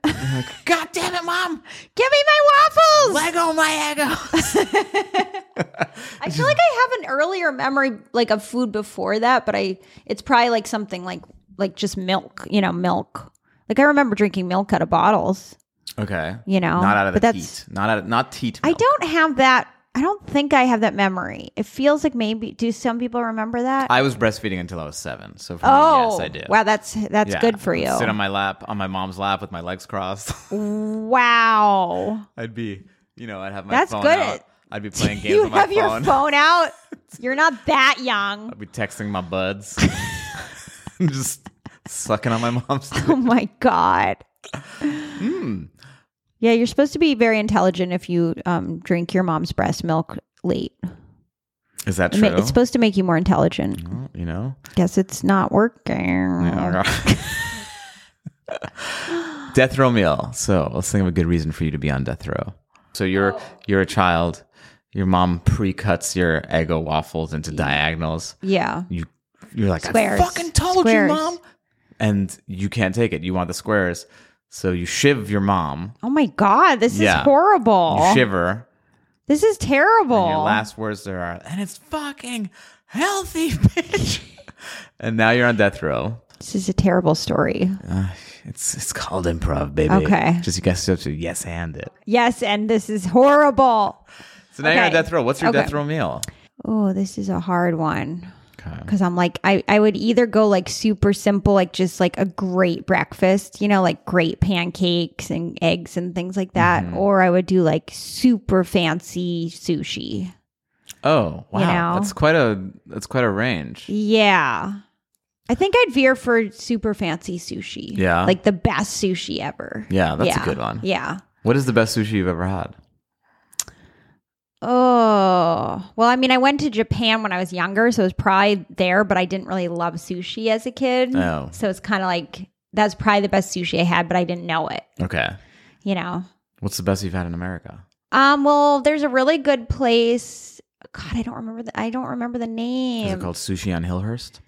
Speaker 2: And you're like, God damn it, mom!
Speaker 3: Give me my waffles.
Speaker 2: Lego my egos.
Speaker 3: (laughs) I feel like I have an earlier memory like of food before that, but I it's probably like something like like just milk, you know, milk. Like I remember drinking milk out of bottles.
Speaker 2: Okay,
Speaker 3: You know,
Speaker 2: not out of the
Speaker 3: but that's-
Speaker 2: teat, not out, of, not teat.
Speaker 3: I
Speaker 2: milk.
Speaker 3: don't have that. I don't think I have that memory. It feels like maybe do some people remember that?
Speaker 2: I was breastfeeding until I was seven, so for
Speaker 3: oh,
Speaker 2: me, yes, I did.
Speaker 3: wow, that's that's
Speaker 2: Yeah.
Speaker 3: good for
Speaker 2: I'd
Speaker 3: you.
Speaker 2: Sit on my lap, on my mom's lap, with my legs crossed. (laughs)
Speaker 3: wow,
Speaker 2: I'd be, you know, I'd have my
Speaker 3: That's
Speaker 2: phone
Speaker 3: good.
Speaker 2: out. I'd be playing games
Speaker 3: you
Speaker 2: on my
Speaker 3: have
Speaker 2: phone.
Speaker 3: your
Speaker 2: (laughs)
Speaker 3: phone out. You're not that young.
Speaker 2: I'd be texting my (laughs) buds, just sucking on my (laughs) mom's.
Speaker 3: Oh my god.
Speaker 2: Hmm.
Speaker 3: Yeah, you're supposed to be very intelligent if you um, drink your mom's breast milk late.
Speaker 2: Is that
Speaker 3: It
Speaker 2: true?
Speaker 3: ma- It's supposed to make you more intelligent.
Speaker 2: Well, you know.
Speaker 3: Guess it's not working.
Speaker 2: Oh (laughs) death row meal. So let's think of a good reason for you to be on death row. So
Speaker 3: Oh.
Speaker 2: you're you're a child. Your mom pre-cuts your Eggo waffles into diagonals.
Speaker 3: Yeah.
Speaker 2: You you're like
Speaker 3: Squares.
Speaker 2: I fucking told
Speaker 3: Squares.
Speaker 2: you, mom. And you can't take it. You want the squares. So you shiv your mom.
Speaker 3: Oh my god, this
Speaker 2: Yeah.
Speaker 3: is horrible.
Speaker 2: You shiver.
Speaker 3: This is terrible.
Speaker 2: And your last words there are, and it's fucking healthy, (laughs) bitch. and now you're on death row.
Speaker 3: this is a terrible story.
Speaker 2: It's it's called improv, baby.
Speaker 3: Okay.
Speaker 2: Just you guys have to yes and it.
Speaker 3: Yes, and this is horrible.
Speaker 2: So now you're on
Speaker 3: Okay.
Speaker 2: death row. What's your
Speaker 3: Okay.
Speaker 2: death row meal?
Speaker 3: Oh, this is a hard one.
Speaker 2: Okay.
Speaker 3: Cause I'm like, I, I would either go like super simple, like just like a great breakfast, you know, like great pancakes and eggs and things like that.
Speaker 2: Mm-hmm.
Speaker 3: Or I would do like super fancy sushi.
Speaker 2: Oh wow,
Speaker 3: know.
Speaker 2: that's quite a that's quite a range.
Speaker 3: Yeah. I think I'd veer for super fancy sushi.
Speaker 2: Yeah.
Speaker 3: Like the best sushi ever.
Speaker 2: Yeah, that's
Speaker 3: yeah.
Speaker 2: a good one.
Speaker 3: Yeah.
Speaker 2: What is the best sushi you've ever had?
Speaker 3: Oh, well, I mean, I went to Japan when I was younger, so it was probably there, but I didn't really love sushi as a kid.
Speaker 2: Oh.
Speaker 3: So it's kind of like that's probably the best sushi I had, but I didn't know it,
Speaker 2: Okay.
Speaker 3: you know?
Speaker 2: What's the best you've had in America?
Speaker 3: Um, well, there's a really good place. God, I don't remember the I don't remember the
Speaker 2: Is
Speaker 3: name.
Speaker 2: it called Sushi on Hillhurst?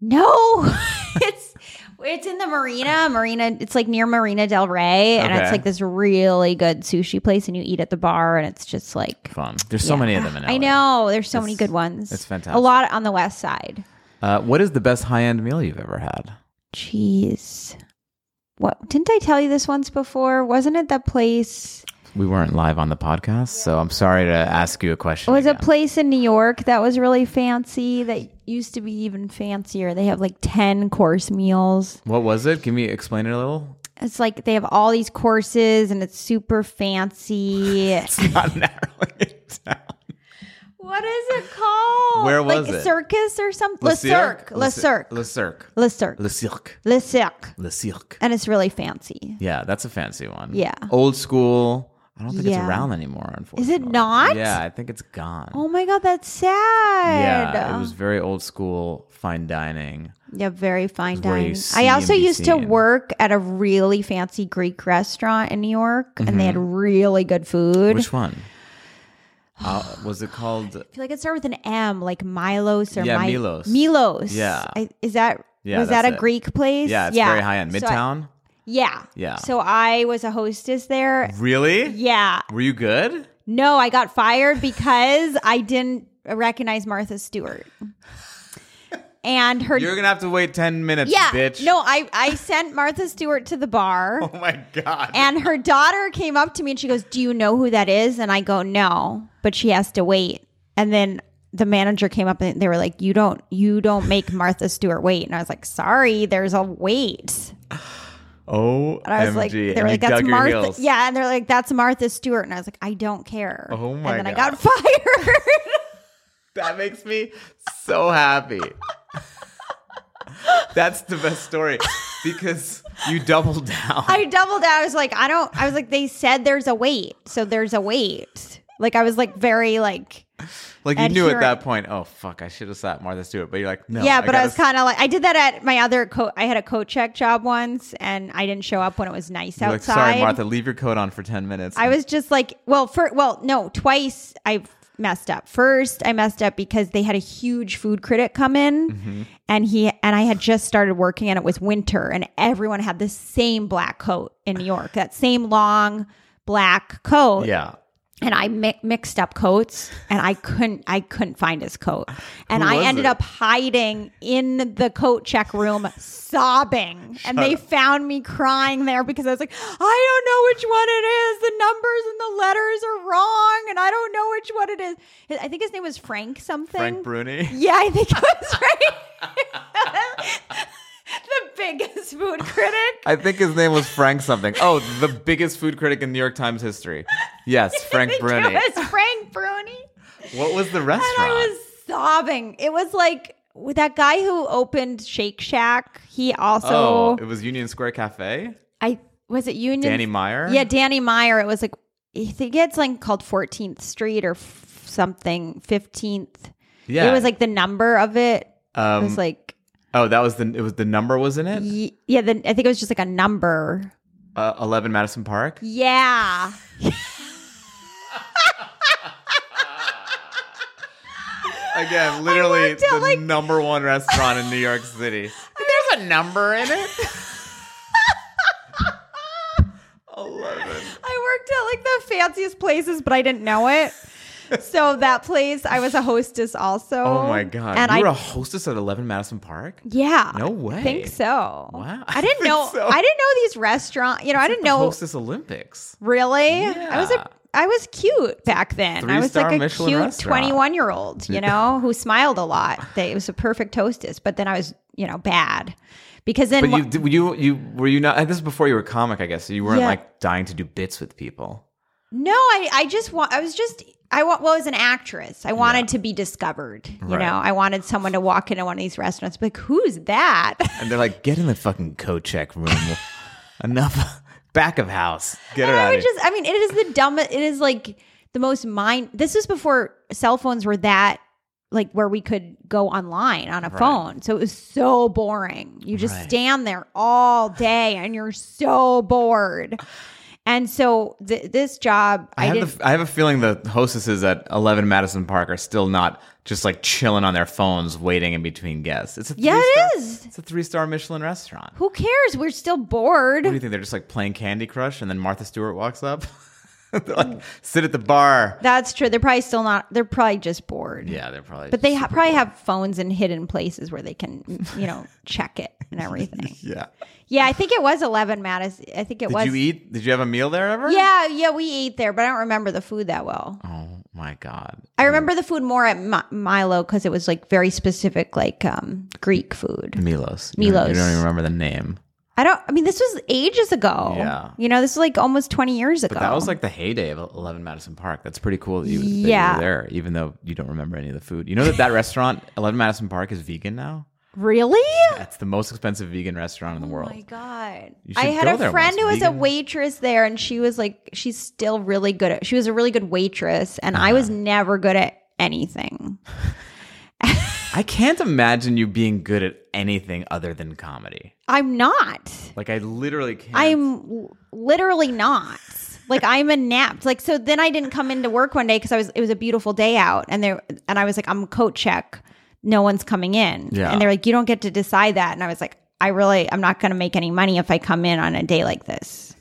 Speaker 3: No, (laughs) it's it's in the marina. Marina, it's like near Marina Del Rey, and
Speaker 2: Okay.
Speaker 3: it's like this really good sushi place, and you eat at the bar, and it's just like
Speaker 2: Fun. There's so
Speaker 3: Yeah. (sighs)
Speaker 2: many of them in LA.
Speaker 3: I know there's so many
Speaker 2: It's-
Speaker 3: good ones.
Speaker 2: it's
Speaker 3: A
Speaker 2: fantastic.
Speaker 3: lot on the west side.
Speaker 2: Uh, what is the best high end meal you've ever had?
Speaker 3: Jeez, what didn't I tell you this once before? Wasn't it that place?
Speaker 2: We weren't live on the podcast, so I'm sorry to ask you a
Speaker 3: It
Speaker 2: question.
Speaker 3: was
Speaker 2: again.
Speaker 3: a place in New York that was really fancy. That used to be even fancier. They have like ten course meals.
Speaker 2: what was it? Can we explain it a (laughs) little?
Speaker 3: It's like they have all these courses, and it's super fancy.
Speaker 2: Not narrowing it down.
Speaker 3: What is it called?
Speaker 2: Where was
Speaker 3: like
Speaker 2: it?
Speaker 3: Circus or something? Le Cirque. Le Cirque.
Speaker 2: Le Cirque.
Speaker 3: Le Cirque.
Speaker 2: Le Cirque.
Speaker 3: Le Cirque.
Speaker 2: Le Cirque.
Speaker 3: And it's really fancy.
Speaker 2: Yeah, that's a fancy one.
Speaker 3: Yeah.
Speaker 2: Old school. I don't think it's
Speaker 3: Yeah.
Speaker 2: around anymore, unfortunately.
Speaker 3: not?
Speaker 2: Yeah, I think it's gone.
Speaker 3: Oh my god, that's sad.
Speaker 2: yeah, it was very old school, fine dining.
Speaker 3: Yeah, very fine
Speaker 2: where you
Speaker 3: dining.
Speaker 2: see
Speaker 3: I
Speaker 2: and
Speaker 3: also
Speaker 2: be
Speaker 3: used to
Speaker 2: seen.
Speaker 3: work at a really fancy
Speaker 2: Mm-hmm.
Speaker 3: Greek restaurant in New York, and they had really good food.
Speaker 2: Which one? uh, was it called?
Speaker 3: I feel like it started with an M, like Milos or
Speaker 2: Yeah,
Speaker 3: Mi-
Speaker 2: Milos.
Speaker 3: Milos.
Speaker 2: Yeah.
Speaker 3: I, is that
Speaker 2: Yeah,
Speaker 3: was that
Speaker 2: that's
Speaker 3: a
Speaker 2: it.
Speaker 3: Greek place?
Speaker 2: Yeah, it's very high end.
Speaker 3: So I-
Speaker 2: Midtown.
Speaker 3: yeah.
Speaker 2: Yeah.
Speaker 3: So I was a hostess there.
Speaker 2: really?
Speaker 3: Yeah.
Speaker 2: Were you good?
Speaker 3: No, I got fired because I didn't recognize Martha
Speaker 2: (laughs)
Speaker 3: Stewart. And her
Speaker 2: You're gonna have to wait ten minutes,
Speaker 3: Yeah.
Speaker 2: bitch.
Speaker 3: No, I I sent Martha Stewart to the bar.
Speaker 2: (laughs) Oh my god.
Speaker 3: And her daughter came up to me and she goes, Do you know who that is? And I go, No, but she has to wait. And then the manager came up and they were like, You don't you don't make Martha Stewart wait. And I was like, Sorry, there's a wait.
Speaker 2: oh,
Speaker 3: And I was like,
Speaker 2: MG.
Speaker 3: they
Speaker 2: And
Speaker 3: were
Speaker 2: you
Speaker 3: like, That's
Speaker 2: dug your
Speaker 3: Martha.
Speaker 2: heels.
Speaker 3: Yeah, and they're like, That's Martha Stewart. And I was like, I don't care.
Speaker 2: Oh my
Speaker 3: And then I
Speaker 2: God.
Speaker 3: got (laughs) fired.
Speaker 2: That makes me so (laughs) happy. That's the best story because you double down.
Speaker 3: I doubled down. I was like, I don't I was like, they said there's a wait, so there's a wait. Like I was like very like
Speaker 2: like you knew at
Speaker 3: adherent.
Speaker 2: that point, oh fuck, I should have sat Martha Stewart, but you're like, no.
Speaker 3: yeah, but I,
Speaker 2: gotta
Speaker 3: was kind of like I did that at my other coat. I had a coat check job once, and I didn't show up when it was nice
Speaker 2: You're like,
Speaker 3: outside.
Speaker 2: sorry, Martha, leave your coat on for ten minutes.
Speaker 3: I was just like, well, for well, no, twice I messed up. First, I messed up because they had a huge food critic come in,
Speaker 2: Mm-hmm.
Speaker 3: and he and I had just started working, and it was winter, and everyone had the same black coat in New York, that same long black
Speaker 2: (laughs)
Speaker 3: coat
Speaker 2: yeah.
Speaker 3: and I mi- mixed up coats, and I couldn't I couldn't find his coat, and
Speaker 2: Who
Speaker 3: I
Speaker 2: was
Speaker 3: ended
Speaker 2: it?
Speaker 3: up hiding in the coat check room sobbing,
Speaker 2: (laughs)
Speaker 3: and they found me crying there because I was like, I don't know which one it is. The numbers and the letters are wrong, and I don't know which one it is. I think his name was Frank something.
Speaker 2: Frank Bruni.
Speaker 3: Yeah, I think it was Frank. (laughs) the biggest food critic.
Speaker 2: I think his name was Frank something. Oh, the biggest food critic in New York Times history. (laughs) Yes, Frank
Speaker 3: (laughs) I think
Speaker 2: Bruni.
Speaker 3: It was Frank Bruni.
Speaker 2: What was the
Speaker 3: and
Speaker 2: restaurant?
Speaker 3: I was sobbing. It was like with that guy who opened Shake Shack. He also
Speaker 2: oh, it was Union Square Cafe.
Speaker 3: I was it Union
Speaker 2: Danny Meyer.
Speaker 3: Yeah, Danny Meyer. It was like I think it's like called 14th Street or f- something 15th.
Speaker 2: Yeah.
Speaker 3: It was like the number of it.
Speaker 2: Um,
Speaker 3: it was like
Speaker 2: oh, that was the it was the number, wasn't it?
Speaker 3: y- yeah, then I think it was just like a number.
Speaker 2: Uh, Eleven Madison Park.
Speaker 3: Yeah.
Speaker 2: Again, literally
Speaker 3: worked at,
Speaker 2: the
Speaker 3: like-
Speaker 2: number one restaurant in New York
Speaker 3: (laughs)
Speaker 2: City. There's a number in it. Eleven.
Speaker 3: I worked at like the fanciest places, but I didn't
Speaker 2: (laughs)
Speaker 3: know it. So that place, I was a hostess also.
Speaker 2: Oh my god!
Speaker 3: And
Speaker 2: you were
Speaker 3: I
Speaker 2: a hostess at Eleven Madison Park.
Speaker 3: Yeah.
Speaker 2: No
Speaker 3: I
Speaker 2: way.
Speaker 3: think so.
Speaker 2: Wow.
Speaker 3: I
Speaker 2: (laughs)
Speaker 3: didn't
Speaker 2: I
Speaker 3: know
Speaker 2: think so.
Speaker 3: I didn't know these restaurant, you know, I didn't know
Speaker 2: Hostess Olympics.
Speaker 3: really. I was
Speaker 2: Yeah.
Speaker 3: a I was cute back then. I was
Speaker 2: Three-star
Speaker 3: like a
Speaker 2: Michelin
Speaker 3: cute
Speaker 2: restaurant.
Speaker 3: 21 year old, you know, who smiled
Speaker 2: (laughs)
Speaker 3: a lot. They, it was a perfect hostess, but then I was, you know, bad. Because then
Speaker 2: But
Speaker 3: wha-
Speaker 2: you, did- you, you were you not? This is before you were a comic, I guess. So you weren't
Speaker 3: Yeah.
Speaker 2: like dying to do bits with people.
Speaker 3: No, I, I just want, I was just, I wa- well, as an actress, I wanted to be discovered. You
Speaker 2: Right.
Speaker 3: know, I wanted someone to walk into one of these restaurants, and be like, who's that?
Speaker 2: And they're like, get in the fucking coat check
Speaker 3: (laughs)
Speaker 2: room. Enough. (laughs) Back of house. Get her
Speaker 3: I
Speaker 2: out
Speaker 3: would
Speaker 2: of here.
Speaker 3: just, I mean, it is the dumbest, it is like the most mind, this was before cell phones were that, like where we could go online on a phone. So it was so boring. You just stand there all day and you're so bored. And so th- this job,
Speaker 2: I
Speaker 3: I,
Speaker 2: have,
Speaker 3: didn't.
Speaker 2: the, I have a feeling the hostesses at 11 Madison Park are still not just like chilling on their phones waiting in between guests. It's a
Speaker 3: yeah,
Speaker 2: three-star-
Speaker 3: it is.
Speaker 2: It's a three star Michelin restaurant. What
Speaker 3: Who cares? We're still bored.
Speaker 2: do you think? They're just like playing Candy Crush and then Martha Stewart walks up? (laughs) they're like, sit at the bar.
Speaker 3: That's true. They're probably still not. They're probably just bored.
Speaker 2: Yeah, they're probably.
Speaker 3: But they ha- probably have phones in hidden places where they can, you know, check it
Speaker 2: (laughs)
Speaker 3: and everything.
Speaker 2: Yeah.
Speaker 3: Yeah, I think it was eleven Mattis. I think it
Speaker 2: Did
Speaker 3: was.
Speaker 2: you eat? Did you have a meal there ever?
Speaker 3: Yeah, yeah, we ate there, but I don't remember the food that well.
Speaker 2: Oh my God.
Speaker 3: I remember the food more at Mi- Milo because it was like very specific, like um, Greek
Speaker 2: Mm.
Speaker 3: food.
Speaker 2: Milos. You don't- You
Speaker 3: Milos.
Speaker 2: don't even remember the name.
Speaker 3: I don't. I mean, this was ages ago.
Speaker 2: Yeah.
Speaker 3: you know, this was like almost twenty years ago.
Speaker 2: That was like the heyday of 11 Madison Park. That's pretty cool that you, that
Speaker 3: Yeah.
Speaker 2: you were there, even though you don't remember any of the food. You know that that restaurant, (laughs) 11 Madison Park, is vegan now?
Speaker 3: really.
Speaker 2: That's the most expensive vegan restaurant in the world.
Speaker 3: Oh my god!
Speaker 2: You
Speaker 3: I
Speaker 2: should
Speaker 3: had
Speaker 2: go
Speaker 3: a
Speaker 2: there
Speaker 3: friend
Speaker 2: once.
Speaker 3: who was a
Speaker 2: Vegan-
Speaker 3: waitress there, and she was like, she's still really good at. She was a really good waitress, and I
Speaker 2: Uh-huh.
Speaker 3: was never good at anything.
Speaker 2: I can't imagine you being good at anything other than comedy.
Speaker 3: I'm not.
Speaker 2: Like, I literally can't.
Speaker 3: I'm l- literally not. Like I'm a nap. Like so then I didn't come into work one day because I was it was a beautiful day out and there and I was like, I'm coat check. No one's coming in.
Speaker 2: Yeah.
Speaker 3: And they're like, you don't get to decide that. And I was like, I really I'm not gonna make any money if I come in on a day like this.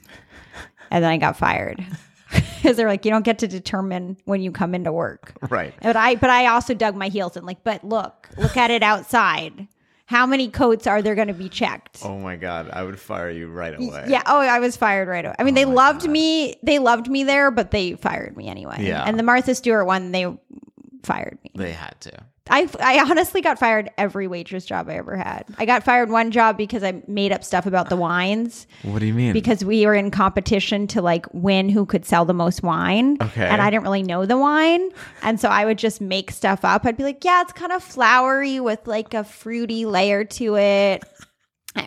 Speaker 3: And then I got fired. (laughs) Because they're like, you don't get to determine when you come into work.
Speaker 2: (laughs) Right.
Speaker 3: But I but I also dug my heels in like, but look, look at it outside. How many coats are there gonna be checked?
Speaker 2: Oh my god, I would fire you right away.
Speaker 3: Yeah. Oh, I was fired right away. I mean, they loved me. They loved me there, but they fired me anyway.
Speaker 2: Yeah.
Speaker 3: And the Martha Stewart one, they fired me.
Speaker 2: They had to.
Speaker 3: I, I honestly got fired every waitress job I ever had. I got fired one job because I made up stuff about the wines
Speaker 2: What do you mean?
Speaker 3: because we were in competition to like win who could sell the most wine.
Speaker 2: Okay.
Speaker 3: And I didn't really know the wine. And so I would just make stuff up. I'd be like, yeah, it's kind of flowery with like a fruity layer to it. (laughs)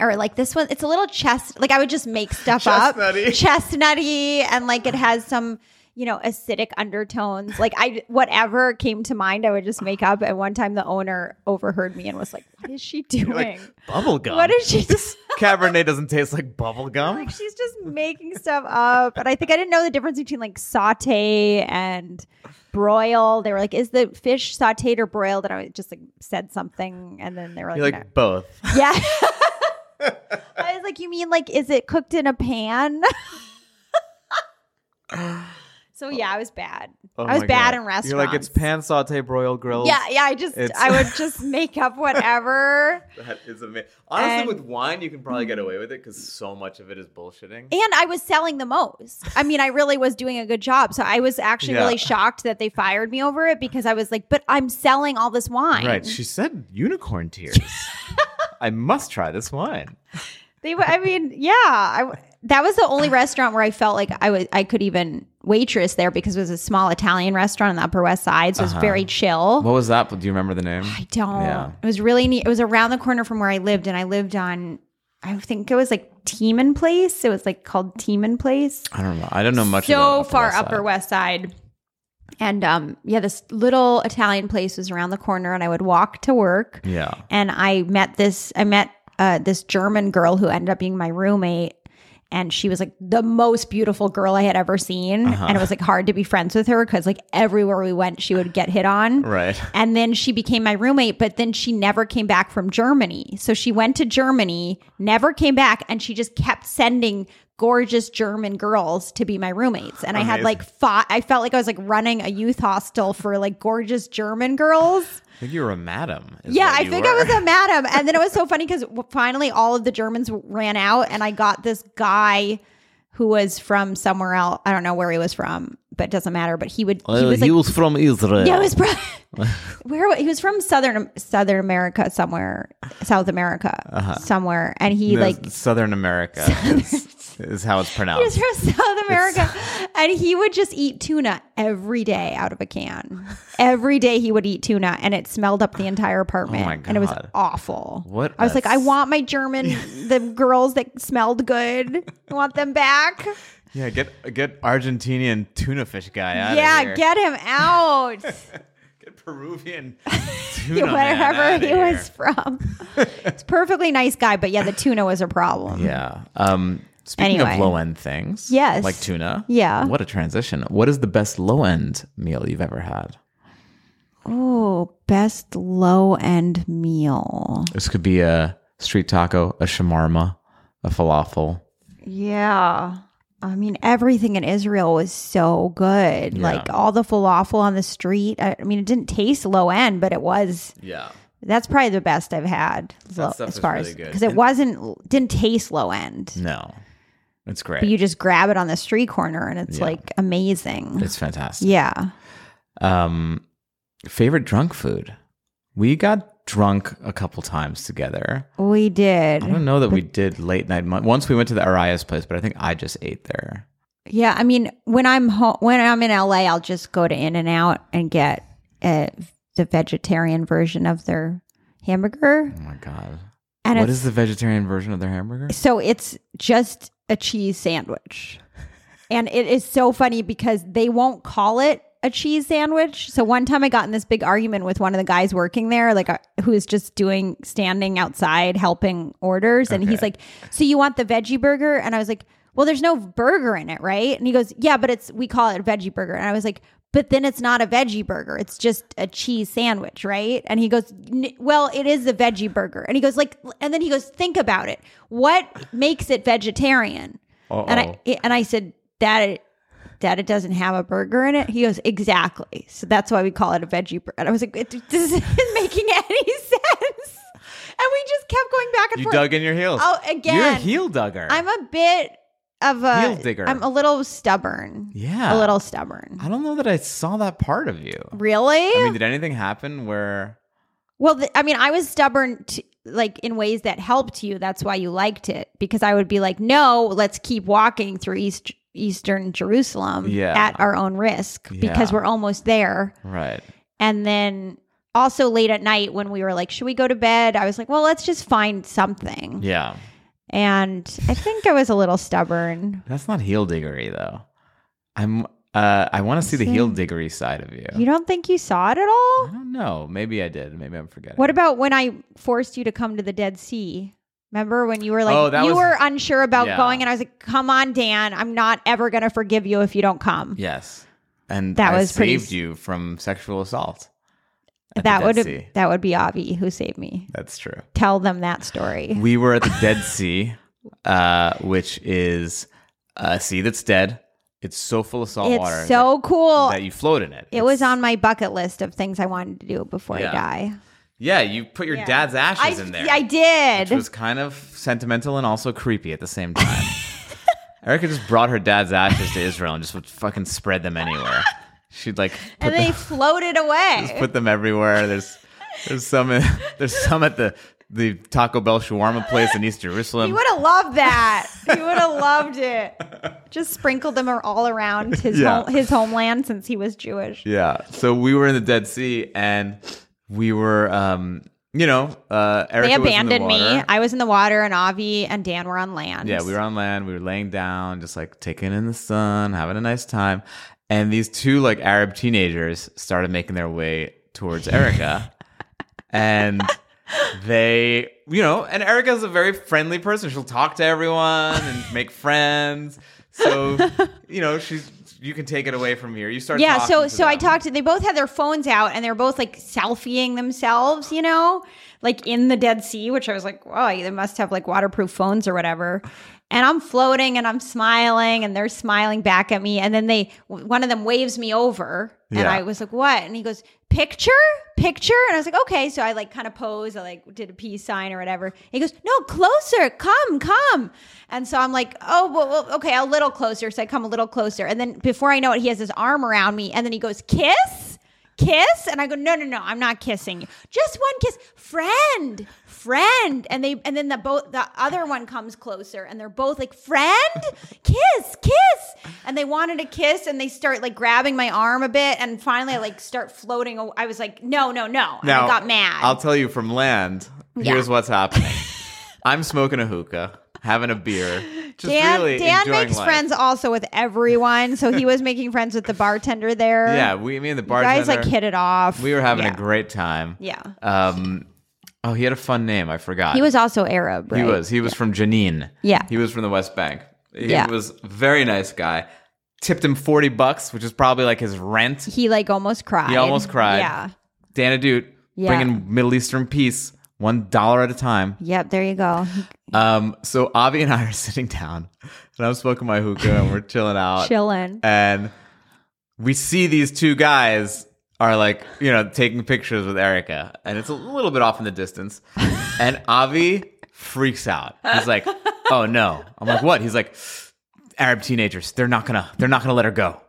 Speaker 3: Or like this one, it's a little chest. Like I would just make stuff
Speaker 2: Chestnutty.
Speaker 3: up, (laughs) chestnutty, and like it has some, you know, acidic undertones. Like I, whatever came to mind, I would just make up. And one time, the owner overheard me and was like, "What is she doing?
Speaker 2: like bubble gum.
Speaker 3: what
Speaker 2: (laughs)
Speaker 3: is she just?" (laughs) Oh
Speaker 2: Cabernet doesn't taste like bubble gum.
Speaker 3: like she's just making stuff up. And I think I didn't know the difference between like saute and broil. They were like, is the fish sauteed or broiled? And I was- just like said something. And then they were like,
Speaker 2: You're like
Speaker 3: "No."
Speaker 2: both.
Speaker 3: yeah.
Speaker 2: (laughs)
Speaker 3: I was like, you mean like, is it cooked in a pan? (laughs) so yeah, I was bad.
Speaker 2: Oh
Speaker 3: I was
Speaker 2: my
Speaker 3: bad
Speaker 2: God.
Speaker 3: in restaurants.
Speaker 2: You're like it's pan saute broiled grilled.
Speaker 3: Yeah, yeah. I just,
Speaker 2: Oh. It's-
Speaker 3: I would just make up whatever.
Speaker 2: That is amazing. Honestly,
Speaker 3: And- Mm.
Speaker 2: with wine, you can probably get away with it because so much of it is bullshitting.
Speaker 3: And I was selling the most. I mean, I really was doing a good job. So I was actually
Speaker 2: Yeah.
Speaker 3: really shocked that they fired me over it because I was like, but I'm selling all this wine.
Speaker 2: Right. She said unicorn
Speaker 3: (laughs)
Speaker 2: tears. I must try this wine.
Speaker 3: They were, I mean, yeah. I w that was the only restaurant where I felt like I was I could even waitress there because it was a small Italian restaurant on the Upper West Side. So it was very chill.
Speaker 2: What was that? Do you remember the name?
Speaker 3: I don't.
Speaker 2: Uh-huh. Yeah.
Speaker 3: It was really neat. It was around the corner from where I lived, and I lived on I think it was like Teeman Place. It was like called Teeman Place.
Speaker 2: I don't know. I don't know much.
Speaker 3: so
Speaker 2: about Upper
Speaker 3: far
Speaker 2: West Side.
Speaker 3: upper west side and um yeah this little italian place was around the corner and i would walk to work
Speaker 2: Yeah.
Speaker 3: and i met this i met uh, this german girl who ended up being my roommate and she was like the most beautiful girl i had ever seen
Speaker 2: Uh-huh.
Speaker 3: and it was like hard to be friends with her because like everywhere we went she would get hit on
Speaker 2: Right.
Speaker 3: and then she became my roommate, but then she never came back from Germany. So she went to Germany, never came back, and she just kept sending gorgeous German girls to be my roommates. And I had
Speaker 2: Amazing.
Speaker 3: like fought, I felt like I was like running a youth hostel for like gorgeous German girls.
Speaker 2: I think you were a madam. is
Speaker 3: Yeah,
Speaker 2: what
Speaker 3: I
Speaker 2: you
Speaker 3: think
Speaker 2: were.
Speaker 3: I was a madam. And then it was so funny because finally all of the Germans ran out, and I got this guy who was from somewhere else. I don't know where he was from, but it doesn't matter. But he would, he was like,
Speaker 2: Uh, from Israel.
Speaker 3: yeah, it was
Speaker 2: (laughs)
Speaker 3: pro- (laughs) where he was from southern Southern America somewhere, South America
Speaker 2: Uh-huh.
Speaker 3: somewhere, and he
Speaker 2: No,
Speaker 3: like
Speaker 2: Southern
Speaker 3: (laughs)
Speaker 2: America is, is how it's
Speaker 3: he was
Speaker 2: pronounced.
Speaker 3: from (laughs) South America,
Speaker 2: (laughs)
Speaker 3: and he would just eat tuna every day out of a can. Every day he would eat tuna, and it smelled up the entire apartment,
Speaker 2: Oh my
Speaker 3: and it was
Speaker 2: God.
Speaker 3: awful.
Speaker 2: What
Speaker 3: I was
Speaker 2: a
Speaker 3: like, I
Speaker 2: s-
Speaker 3: want my German,
Speaker 2: (laughs)
Speaker 3: the girls that smelled good, I want them back.
Speaker 2: Yeah, get get Argentinian tuna fish guy out
Speaker 3: yeah,
Speaker 2: of here.
Speaker 3: get him
Speaker 2: (laughs)
Speaker 3: out.
Speaker 2: Get
Speaker 3: (laughs)
Speaker 2: Peruvian
Speaker 3: Yeah,
Speaker 2: tuna man
Speaker 3: wherever
Speaker 2: outta
Speaker 3: he
Speaker 2: here.
Speaker 3: was from.
Speaker 2: (laughs)
Speaker 3: It's perfectly nice guy, but yeah, the tuna was a problem.
Speaker 2: Yeah. Um, speaking
Speaker 3: Anyway.
Speaker 2: of low end things,
Speaker 3: Yes.
Speaker 2: like tuna.
Speaker 3: Yeah.
Speaker 2: What a transition. What is the best low end meal you've ever had?
Speaker 3: Oh, best low end meal.
Speaker 2: This could be a street taco, a shawarma, a falafel.
Speaker 3: Yeah. I mean, everything in Israel was so good.
Speaker 2: Yeah.
Speaker 3: Like all the falafel on the street. I, I mean, it didn't taste low end, but it was.
Speaker 2: Yeah.
Speaker 3: That's probably the best I've had lo-
Speaker 2: stuff
Speaker 3: as
Speaker 2: is
Speaker 3: far
Speaker 2: really
Speaker 3: as
Speaker 2: good.
Speaker 3: because it
Speaker 2: And- Mm.
Speaker 3: wasn't didn't taste low end.
Speaker 2: No, it's great.
Speaker 3: But you just grab it on the street corner and it's like amazing.
Speaker 2: it's fantastic.
Speaker 3: yeah.
Speaker 2: Um, favorite drunk food? We got drunk a couple times together.
Speaker 3: We did.
Speaker 2: I don't know that we did late night. Mon- Once we went to the Arias place, but I think I just ate there.
Speaker 3: Yeah, I mean, when I'm home, when I'm in LA, I'll just go to In and Out and get uh, the vegetarian version of their hamburger,
Speaker 2: Oh my god!
Speaker 3: and
Speaker 2: what
Speaker 3: it's
Speaker 2: is the vegetarian version of their hamburger?
Speaker 3: so it's just a cheese sandwich, and it is so funny because they won't call it a cheese sandwich. So one time I got in this big argument with one of the guys working there, like uh, who is just doing standing outside helping orders, and he's like, "So you want the veggie burger?" And I was like. well, there's no burger in it, right? And he goes, yeah, but it's, we call it a veggie burger. And I was like, but then it's not a veggie burger. It's just a cheese sandwich, right? And he goes, "N- well, it is a veggie burger. And he goes, like, and then he goes, think about it. What makes it vegetarian? And I, and I said, that it, that it doesn't have a burger in it? He goes, exactly. So that's why we call it a veggie burger. And I was like, it this isn't (laughs) making any sense. And we just kept going back and
Speaker 2: You
Speaker 3: forth.
Speaker 2: dug in your heels.
Speaker 3: Oh, again.
Speaker 2: You're a heel dugger.
Speaker 3: I'm a bit of a
Speaker 2: Heel digger.
Speaker 3: I'm a little stubborn.
Speaker 2: Yeah.
Speaker 3: A little stubborn.
Speaker 2: I don't know that I saw that part of you.
Speaker 3: Really?
Speaker 2: I mean, did anything happen where?
Speaker 3: well, th- I mean, I was stubborn to, like in ways that helped you. That's why you liked it because I would be like, "No, let's keep walking through East Eastern Jerusalem
Speaker 2: Yeah.
Speaker 3: at our own risk because
Speaker 2: Yeah.
Speaker 3: we're almost there."
Speaker 2: Right.
Speaker 3: And then also late at night when we were like, "Should we go to bed?" I was like, "Well, let's just find something."
Speaker 2: Yeah.
Speaker 3: And I think I was a little stubborn.
Speaker 2: That's not heel diggery though. I'm. Uh, I want to see the heel diggery side of you.
Speaker 3: You don't think you saw it at all?
Speaker 2: I don't know. Maybe I did. Maybe I'm forgetting.
Speaker 3: What about when I forced you to come to the Dead Sea? Remember when you were like
Speaker 2: Oh, that
Speaker 3: you
Speaker 2: was-
Speaker 3: were unsure about
Speaker 2: Yeah.
Speaker 3: going and I was like, "Come on, Dan, I'm not ever going to forgive you if you don't come."
Speaker 2: Yes. And
Speaker 3: That
Speaker 2: I
Speaker 3: was pretty
Speaker 2: saved
Speaker 3: s-
Speaker 2: you from sexual assault. at the
Speaker 3: that
Speaker 2: Dead
Speaker 3: would
Speaker 2: Sea.
Speaker 3: that would be Avi who saved me.
Speaker 2: That's true.
Speaker 3: Tell them that story.
Speaker 2: We were at the
Speaker 3: (laughs)
Speaker 2: Dead Sea, uh, which is a sea that's dead. It's so full of salt
Speaker 3: It's
Speaker 2: water
Speaker 3: so cool.
Speaker 2: that, that you float in it.
Speaker 3: it was on my bucket list of things I wanted to do before
Speaker 2: Yeah.
Speaker 3: I die.
Speaker 2: Yeah, you put your dad's
Speaker 3: I,
Speaker 2: ashes in there.
Speaker 3: I did.
Speaker 2: Which was kind of sentimental and also creepy at the same
Speaker 3: (laughs)
Speaker 2: time. Erica just brought her dad's ashes to Israel and just would fucking spread them anywhere. She'd like put,
Speaker 3: and they floated away.
Speaker 2: (laughs) just put them everywhere. There's there's some in, there's some at the the Taco Bell shawarma place in East Jerusalem.
Speaker 3: He would have loved that.
Speaker 2: (laughs)
Speaker 3: he would have loved it. Just sprinkled them are all around his
Speaker 2: Yeah.
Speaker 3: home, his homeland since he was Jewish.
Speaker 2: Yeah. So we were in the Dead Sea and we were, um, you know, uh, Erica
Speaker 3: They
Speaker 2: was in the
Speaker 3: abandoned me.
Speaker 2: water.
Speaker 3: I was in the water, and Avi and Dan were on land.
Speaker 2: yeah, we were on land. We were laying down, just like taking in the sun, having a nice time. And these two like Arab teenagers started making their way towards
Speaker 3: (laughs)
Speaker 2: Erica. and they, you know, and Erica's a very friendly person. She'll talk to everyone and make friends.
Speaker 3: (laughs)
Speaker 2: So, you know, she's, you can take it away from here. You start
Speaker 3: Yeah,
Speaker 2: talking
Speaker 3: so
Speaker 2: to
Speaker 3: so I
Speaker 2: them.
Speaker 3: talked to they both had their phones out and they were both like selfieing themselves, you know, like in the Dead Sea, which I was like, wow, they must have like waterproof phones or whatever. And I'm floating and I'm smiling and they're smiling back at me and then they w- one of them waves me over and
Speaker 2: Yeah.
Speaker 3: I was like, "What?" And he goes, "Picture? Picture?" And I was like, "Okay." So I like kind of pose, I like did a peace sign or whatever. he goes, "No, closer. Come, come." And so I'm like, "Oh, well, well, okay, a little closer." So I come a little closer. And then before I know it, he has his arm around me and then he goes, "Kiss?" Kiss? And I go, "No, no, no. I'm not kissing you. Just one kiss. Friend. Friend." And they and then the both the other one comes closer and they're both like, "Friend? Kiss, kiss." and they wanted a kiss and they start like grabbing my arm a bit and finally I like start floating aw- I was like no no no and I got mad
Speaker 2: I'll tell you from land.
Speaker 3: Yeah.
Speaker 2: Here's what's
Speaker 3: (laughs)
Speaker 2: happening. I'm smoking a hookah, having a beer, just
Speaker 3: Dan,
Speaker 2: really
Speaker 3: Dan
Speaker 2: enjoying
Speaker 3: makes
Speaker 2: life.
Speaker 3: friends also with everyone so he was making friends with the bartender there
Speaker 2: Yeah, we, me and the
Speaker 3: you
Speaker 2: bartender.
Speaker 3: guys like hit it off
Speaker 2: We were having
Speaker 3: Yeah.
Speaker 2: a great time.
Speaker 3: yeah
Speaker 2: Um, oh, he had a fun name. I forgot.
Speaker 3: he was also Arab right
Speaker 2: He was. He was from Janine.
Speaker 3: Yeah.
Speaker 2: He was from the West Bank. He
Speaker 3: Yeah.
Speaker 2: was a very nice guy. Tipped him forty bucks, which is probably like his rent.
Speaker 3: he like almost cried
Speaker 2: He almost cried.
Speaker 3: yeah
Speaker 2: Dana Dute
Speaker 3: Yeah.
Speaker 2: bringing Middle Eastern peace, one dollar at a time.
Speaker 3: yep there you go
Speaker 2: (laughs)
Speaker 3: He-
Speaker 2: Um, so Avi and I are (laughs) sitting down, and I'm smoking my hookah, and we're chilling out,
Speaker 3: chilling
Speaker 2: and we see these two guys are like, you know, taking pictures with Erica, and it's a little bit off in the distance, and Avi freaks out. He's like, "Oh no!" I'm like, "What?" He's like, "Arab teenagers. They're not gonna. They're not gonna let her go."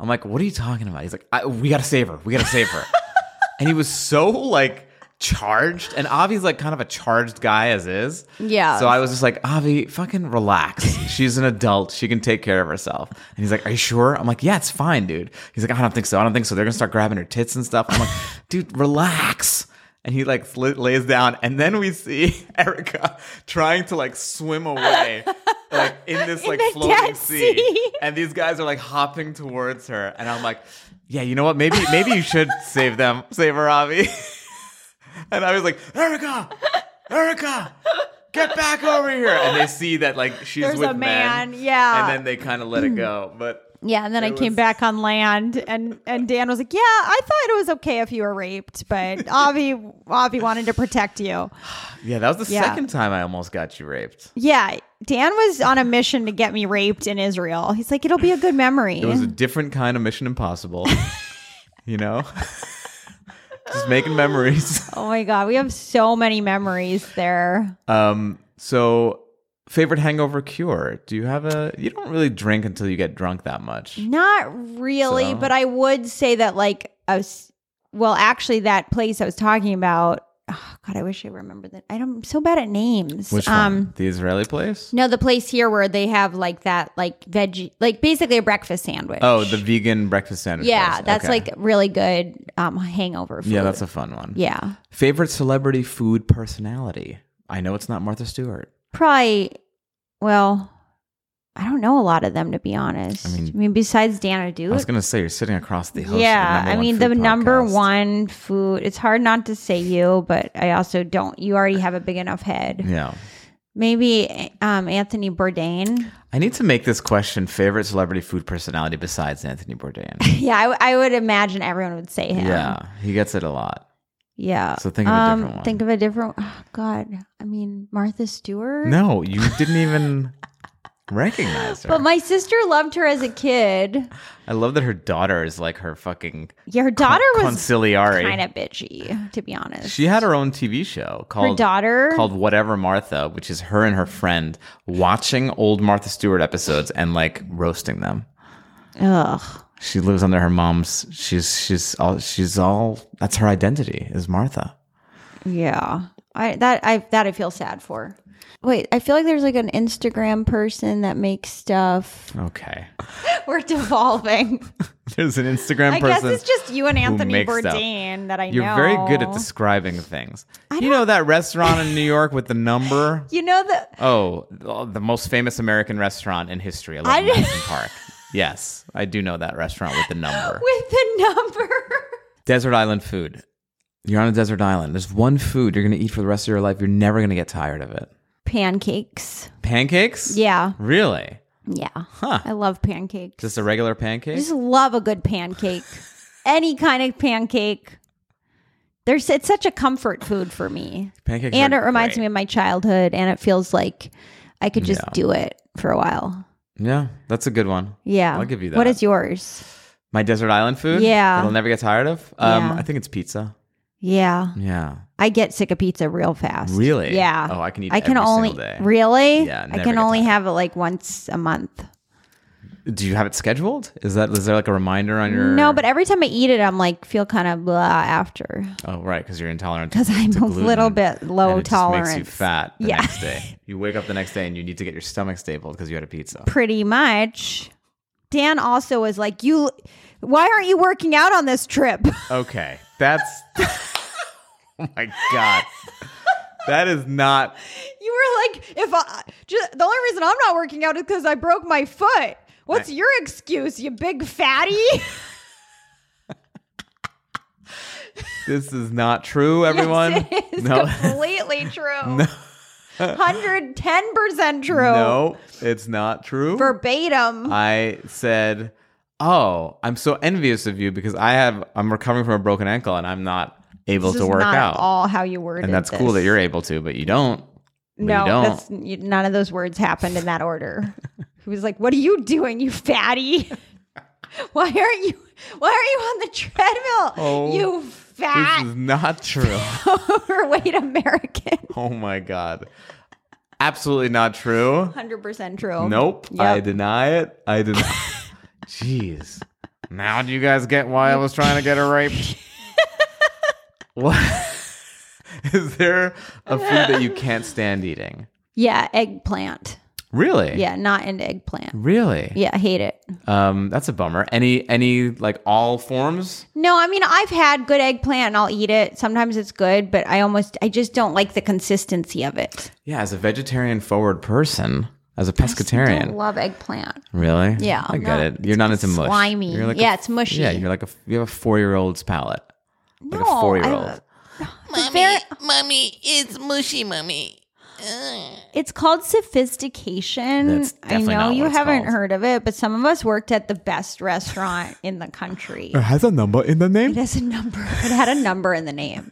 Speaker 2: I'm like, "What are you talking about?" He's like, I, "We gotta save her. We gotta save her." and he was so like charged and avi's like kind of a charged guy as is
Speaker 3: Yeah.
Speaker 2: so i was just like avi fucking relax she's an adult she can take care of herself and he's like are you sure i'm like yeah it's fine dude he's like i don't think so i don't think so they're gonna start grabbing her tits and stuff i'm like (laughs) dude relax and he like sli- lays down and then we see (laughs) erica trying to like swim away like in this like
Speaker 3: the
Speaker 2: floating
Speaker 3: Dead
Speaker 2: sea.
Speaker 3: Sea.
Speaker 2: and these guys are like hopping towards her and i'm like yeah you know what maybe maybe you should save them (laughs) save her avi and i was like erica erica get back over here. And they see that like she's
Speaker 3: There's
Speaker 2: with
Speaker 3: a
Speaker 2: men,
Speaker 3: man, yeah.
Speaker 2: And then they kind of let it go. But
Speaker 3: Yeah, and then I
Speaker 2: It
Speaker 3: came
Speaker 2: was-
Speaker 3: back on land, and and Dan was like, "Yeah, I thought it was okay if you were
Speaker 2: (laughs)
Speaker 3: raped, but Avi Avi wanted to protect you."
Speaker 2: yeah, that was the
Speaker 3: Yeah.
Speaker 2: second time I almost got you raped.
Speaker 3: Yeah, Dan was on a mission to get me raped in Israel. He's like, "It'll be a good memory."
Speaker 2: It was a different kind of Mission Impossible. (laughs) you know, (laughs) just making memories.
Speaker 3: oh my god, we have so many memories there.
Speaker 2: Um, so favorite hangover cure? Do you have a? You don't really drink until you get drunk that much.
Speaker 3: Not really,
Speaker 2: So-
Speaker 3: but I would say that like I was well, actually that place I was talking about. Oh god, I wish I remembered that. I don't, I'm so bad at names. Um,
Speaker 2: Which one? The Israeli place?
Speaker 3: No, the place here where they have like that, like veggie, like basically a breakfast sandwich.
Speaker 2: Oh, the vegan breakfast sandwich.
Speaker 3: yeah,
Speaker 2: place.
Speaker 3: that's
Speaker 2: Okay.
Speaker 3: like really good um, hangover food.
Speaker 2: yeah, that's a fun one.
Speaker 3: yeah,
Speaker 2: Favorite celebrity food personality? I know it's not Martha Stewart.
Speaker 3: probably. Well, I don't know a lot of them to be honest. I mean,
Speaker 2: mean-
Speaker 3: besides Dana
Speaker 2: I was
Speaker 3: Duke.
Speaker 2: gonna say you're sitting across the host.
Speaker 3: Yeah,
Speaker 2: of the number
Speaker 3: I
Speaker 2: one
Speaker 3: mean the
Speaker 2: food
Speaker 3: number
Speaker 2: podcast.
Speaker 3: one food. It's hard not to say you, but I also don't. You already have a big enough head.
Speaker 2: Yeah,
Speaker 3: Maybe um, Anthony Bourdain.
Speaker 2: I need to make this question: favorite celebrity food personality besides Anthony Bourdain.
Speaker 3: Yeah, I, w- I would imagine everyone would say him.
Speaker 2: Yeah, he gets it a lot.
Speaker 3: Yeah. Um,
Speaker 2: So think of a different one.
Speaker 3: Think of a different. Oh, God, I mean Martha Stewart.
Speaker 2: No, you didn't even recognize her.
Speaker 3: But my sister loved her as a kid.
Speaker 2: I love that her daughter is like her fucking
Speaker 3: Yeah, her daughter was
Speaker 2: conciliary.
Speaker 3: kind of bitchy, to be honest.
Speaker 2: She had her own TV show
Speaker 3: her
Speaker 2: called
Speaker 3: daughter.
Speaker 2: called Whatever Martha, which is her and her friend watching old Martha Stewart episodes and like roasting them.
Speaker 3: ugh.
Speaker 2: She lives under her mom's. She's she's all she's all that's her identity is Martha.
Speaker 3: Yeah. I that I that I feel sad for. Wait, I feel like there's like an Instagram person that makes stuff. (laughs)
Speaker 2: Okay. (laughs)
Speaker 3: We're devolving.
Speaker 2: There's an Instagram
Speaker 3: I guess
Speaker 2: person.
Speaker 3: it's just you and Anthony
Speaker 2: makes
Speaker 3: Bourdain
Speaker 2: stuff.
Speaker 3: that I
Speaker 2: You're
Speaker 3: know.
Speaker 2: very good at describing things. You know that restaurant in New York with the
Speaker 3: (laughs)
Speaker 2: number?
Speaker 3: You know the
Speaker 2: Oh, the the most famous American restaurant in history, 11
Speaker 3: didn't-
Speaker 2: Madison Park. Yes, I do know that restaurant with the number.
Speaker 3: (laughs) with the number.
Speaker 2: Desert island food. You're on a desert island. There's one food you're going to eat for the rest of your life. You're never going to get tired of it.
Speaker 3: Pancakes.
Speaker 2: Pancakes?
Speaker 3: Yeah.
Speaker 2: Really?
Speaker 3: Yeah.
Speaker 2: Huh.
Speaker 3: I love pancakes.
Speaker 2: Just a regular pancake?
Speaker 3: I just love a
Speaker 2: (laughs)
Speaker 3: good pancake. Any kind of pancake. There's it's such a comfort food for me.
Speaker 2: Pancakes
Speaker 3: and it
Speaker 2: are
Speaker 3: reminds
Speaker 2: great.
Speaker 3: me of my childhood and it feels like I could just
Speaker 2: Yeah.
Speaker 3: do it for a while.
Speaker 2: Yeah, that's a good one.
Speaker 3: Yeah.
Speaker 2: I'll give you
Speaker 3: What
Speaker 2: that.
Speaker 3: is yours?
Speaker 2: My desert island food?
Speaker 3: Yeah.
Speaker 2: That I'll never get tired of? Um,
Speaker 3: Yeah.
Speaker 2: I think it's pizza.
Speaker 3: Yeah.
Speaker 2: Yeah.
Speaker 3: I get sick of pizza real fast.
Speaker 2: Really?
Speaker 3: Yeah.
Speaker 2: Oh, I can eat
Speaker 3: I can
Speaker 2: every
Speaker 3: only
Speaker 2: single day.
Speaker 3: really?
Speaker 2: Yeah,
Speaker 3: I
Speaker 2: never
Speaker 3: can
Speaker 2: get
Speaker 3: only
Speaker 2: tired.
Speaker 3: have it like once a month.
Speaker 2: Do you have it scheduled? Is that is there like a reminder on your
Speaker 3: No, but every time I eat it, I'm like feel kind of blah after
Speaker 2: Oh, right, because you're intolerant.
Speaker 3: because I'm a little bit low
Speaker 2: and it
Speaker 3: tolerance.
Speaker 2: Just makes you fat the
Speaker 3: Yeah.
Speaker 2: next day.
Speaker 3: (laughs)
Speaker 2: You wake up the next day and you need to get your stomach stapled because you had a pizza.
Speaker 3: pretty much. Dan also was like, "You, why aren't you working out on this trip?" (laughs)
Speaker 2: Okay, that's. (laughs) oh my god, that is not.
Speaker 3: you were like, "If I, just, the only reason I'm not working out is because I broke my foot." What's your excuse, you big fatty? (laughs)
Speaker 2: This is not true, everyone.
Speaker 3: it is
Speaker 2: no, (laughs)
Speaker 3: completely true. Hundred ten percent true.
Speaker 2: no, it's not true.
Speaker 3: verbatim.
Speaker 2: I said, "Oh, I'm so envious of you because I have. I'm recovering from a broken ankle and I'm not able
Speaker 3: This
Speaker 2: to
Speaker 3: is
Speaker 2: work
Speaker 3: not
Speaker 2: out.
Speaker 3: at all how you worded.
Speaker 2: and that's cool that
Speaker 3: this.
Speaker 2: you're able to, but you don't. But
Speaker 3: No,
Speaker 2: you don't.
Speaker 3: that's you, none of those words happened in
Speaker 2: (laughs)
Speaker 3: that order. he was like, "What are you doing, you fatty? (laughs) why aren't you? Why aren't you on the treadmill?
Speaker 2: Oh,
Speaker 3: you fat,
Speaker 2: This is not true.
Speaker 3: (laughs) overweight American."
Speaker 2: (laughs) Oh my god. Absolutely not true.
Speaker 3: Hundred percent true.
Speaker 2: Nope. I
Speaker 3: Yep.
Speaker 2: deny it. I (laughs) deny. Jeez. Now do you guys get why I was trying to get her raped? (laughs) what? Is there a food that you can't stand eating?
Speaker 3: Yeah, eggplant.
Speaker 2: Really?
Speaker 3: Yeah, not into eggplant.
Speaker 2: Really?
Speaker 3: Yeah, hate it.
Speaker 2: Um, that's a bummer. Any any like all forms?
Speaker 3: No, I mean I've had good eggplant and I'll eat it. Sometimes it's good, but I almost I just don't like the consistency of it.
Speaker 2: Yeah, as a vegetarian forward person, as a
Speaker 3: I don't
Speaker 2: pescatarian.
Speaker 3: love eggplant.
Speaker 2: Really?
Speaker 3: Yeah,
Speaker 2: I
Speaker 3: I'm
Speaker 2: get
Speaker 3: not-
Speaker 2: it. You're not into mush.
Speaker 3: slimy.
Speaker 2: You're like a
Speaker 3: Yeah, it's mushy.
Speaker 2: Yeah, you're like a you have a four year old's palate. Like
Speaker 3: No,
Speaker 2: a
Speaker 3: I-
Speaker 2: four year old.
Speaker 5: Mommy, mommy, it's mushy, mommy.
Speaker 3: It's called sophistication.
Speaker 2: That's definitely
Speaker 3: I know
Speaker 2: not
Speaker 3: you
Speaker 2: what it's
Speaker 3: haven't
Speaker 2: called.
Speaker 3: heard of it, but some of us worked at the best restaurant in the country.
Speaker 5: It has a number in the
Speaker 3: It
Speaker 5: name.
Speaker 3: has a number. It had a number in the name.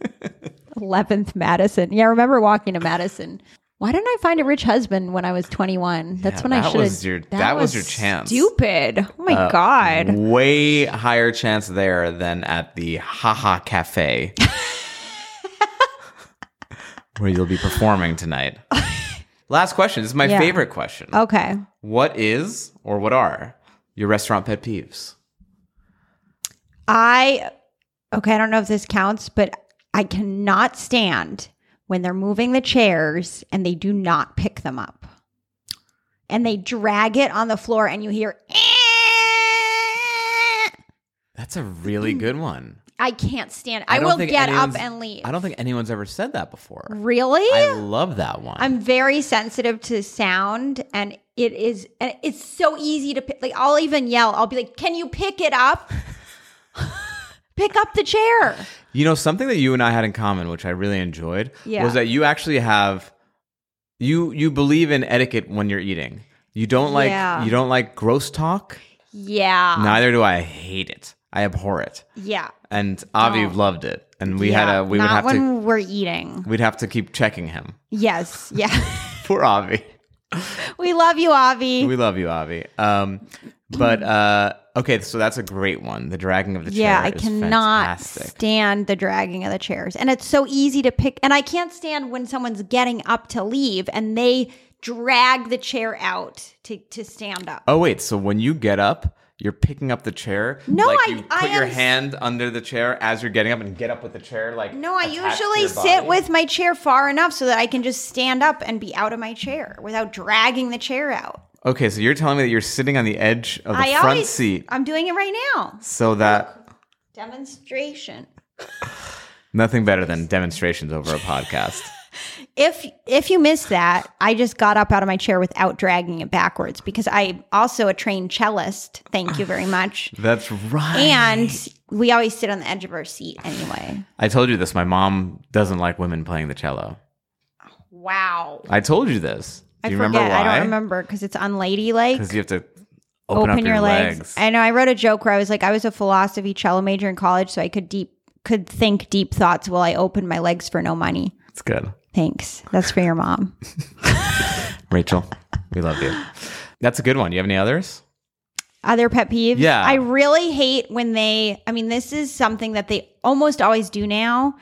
Speaker 3: Eleventh Madison. Yeah, I remember walking to Madison. Why didn't I find a rich husband when I was 21? That's
Speaker 2: Yeah,
Speaker 3: when
Speaker 2: that
Speaker 3: I should
Speaker 2: was your- that was your chance. Uh,
Speaker 3: Stupid. Oh my god.
Speaker 2: Way higher chance there than at the Haha
Speaker 3: (laughs)
Speaker 2: Cafe, where you'll be performing tonight. Last question. This is my
Speaker 3: Yeah. Oh.
Speaker 2: favorite question.
Speaker 3: Okay.
Speaker 2: What is or what are your restaurant pet peeves?
Speaker 3: I okay, I don't know if this counts, but I cannot stand when they're moving the chairs and they do not pick them up. And they drag it on the floor and you hear "Eh."
Speaker 2: That's a really good one.
Speaker 3: I can't stand it. Mm. I,
Speaker 2: don't
Speaker 3: will
Speaker 2: think
Speaker 3: get up
Speaker 2: anyone's-
Speaker 3: and leave.
Speaker 2: I don't think anyone's ever said that before.
Speaker 3: Really?
Speaker 2: I love that one.
Speaker 3: I'm very sensitive to sound, and it is, and it's so easy to pick. Like, I'll even yell. I'll be like, "Can you pick
Speaker 2: (laughs)
Speaker 3: it up? pick up the chair."
Speaker 2: You know, something that you and I had in common, which I really enjoyed,
Speaker 3: Yeah.
Speaker 2: was that you actually have you you believe in etiquette when you're eating. You don't like
Speaker 3: Yeah. Ah.
Speaker 2: you don't like gross talk.
Speaker 3: Yeah,
Speaker 2: Neither do I. I hate it. I abhor it.
Speaker 3: yeah.
Speaker 2: And Avi loved it. And we had
Speaker 3: Oh. yeah.
Speaker 2: a we would
Speaker 3: Not
Speaker 2: have
Speaker 3: when
Speaker 2: to
Speaker 3: we're eating.
Speaker 2: we'd have to keep checking him. (laughs)
Speaker 3: Yes, yeah.
Speaker 2: Poor Avi.
Speaker 3: we love you, Avi.
Speaker 2: We love you, Avi. Um but uh okay, so that's a great one. The dragging of the
Speaker 3: yeah,
Speaker 2: chair.
Speaker 3: I
Speaker 2: is
Speaker 3: cannot
Speaker 2: fantastic.
Speaker 3: stand the dragging of the chairs, and it's so easy to pick. And I can't stand when someone's getting up to leave and they drag the chair out to to stand up.
Speaker 2: Oh wait, so when you get up, you're picking up the chair.
Speaker 3: No,
Speaker 2: like
Speaker 3: I-
Speaker 2: you put
Speaker 3: I
Speaker 2: your
Speaker 3: am s-
Speaker 2: hand under the chair as you're getting up and get up with the chair like
Speaker 3: No, I
Speaker 2: attached to
Speaker 3: usually
Speaker 2: your
Speaker 3: sit
Speaker 2: body.
Speaker 3: with my chair far enough so that I can just stand up and be out of my chair without dragging the chair out.
Speaker 2: Okay, so you're telling me that you're sitting on the edge of the
Speaker 3: I
Speaker 2: front
Speaker 3: always,
Speaker 2: seat
Speaker 3: I'm doing it right now.
Speaker 2: so that
Speaker 3: Demonstration.
Speaker 2: nothing better than demonstrations over a podcast.
Speaker 3: (laughs) If if you missed that, I just got up out of my chair without dragging it backwards because I'm also a trained cellist. Thank
Speaker 2: (sighs)
Speaker 3: you very much.
Speaker 2: That's right.
Speaker 3: And we always sit on the edge of our seat anyway.
Speaker 2: I told you this, my mom doesn't like women playing the cello.
Speaker 3: Wow.
Speaker 2: I told you this. Do
Speaker 3: I
Speaker 2: you
Speaker 3: forget.
Speaker 2: remember why?
Speaker 3: I don't remember because it's unladylike.
Speaker 2: Cuz you have to open, up your, legs.
Speaker 3: I know. I wrote a joke where I was like, I was a philosophy cello major in college, so I could deep could think deep thoughts while I opened my legs for no money.
Speaker 2: It's good.
Speaker 3: Thanks. That's for your
Speaker 2: (laughs)
Speaker 3: mom.
Speaker 2: Rachel, we love
Speaker 3: (laughs)
Speaker 2: you. That's a good one. You have any others?
Speaker 3: Other pet peeves.
Speaker 2: Yeah.
Speaker 3: I really hate when they. I mean, this is something that they almost always do now,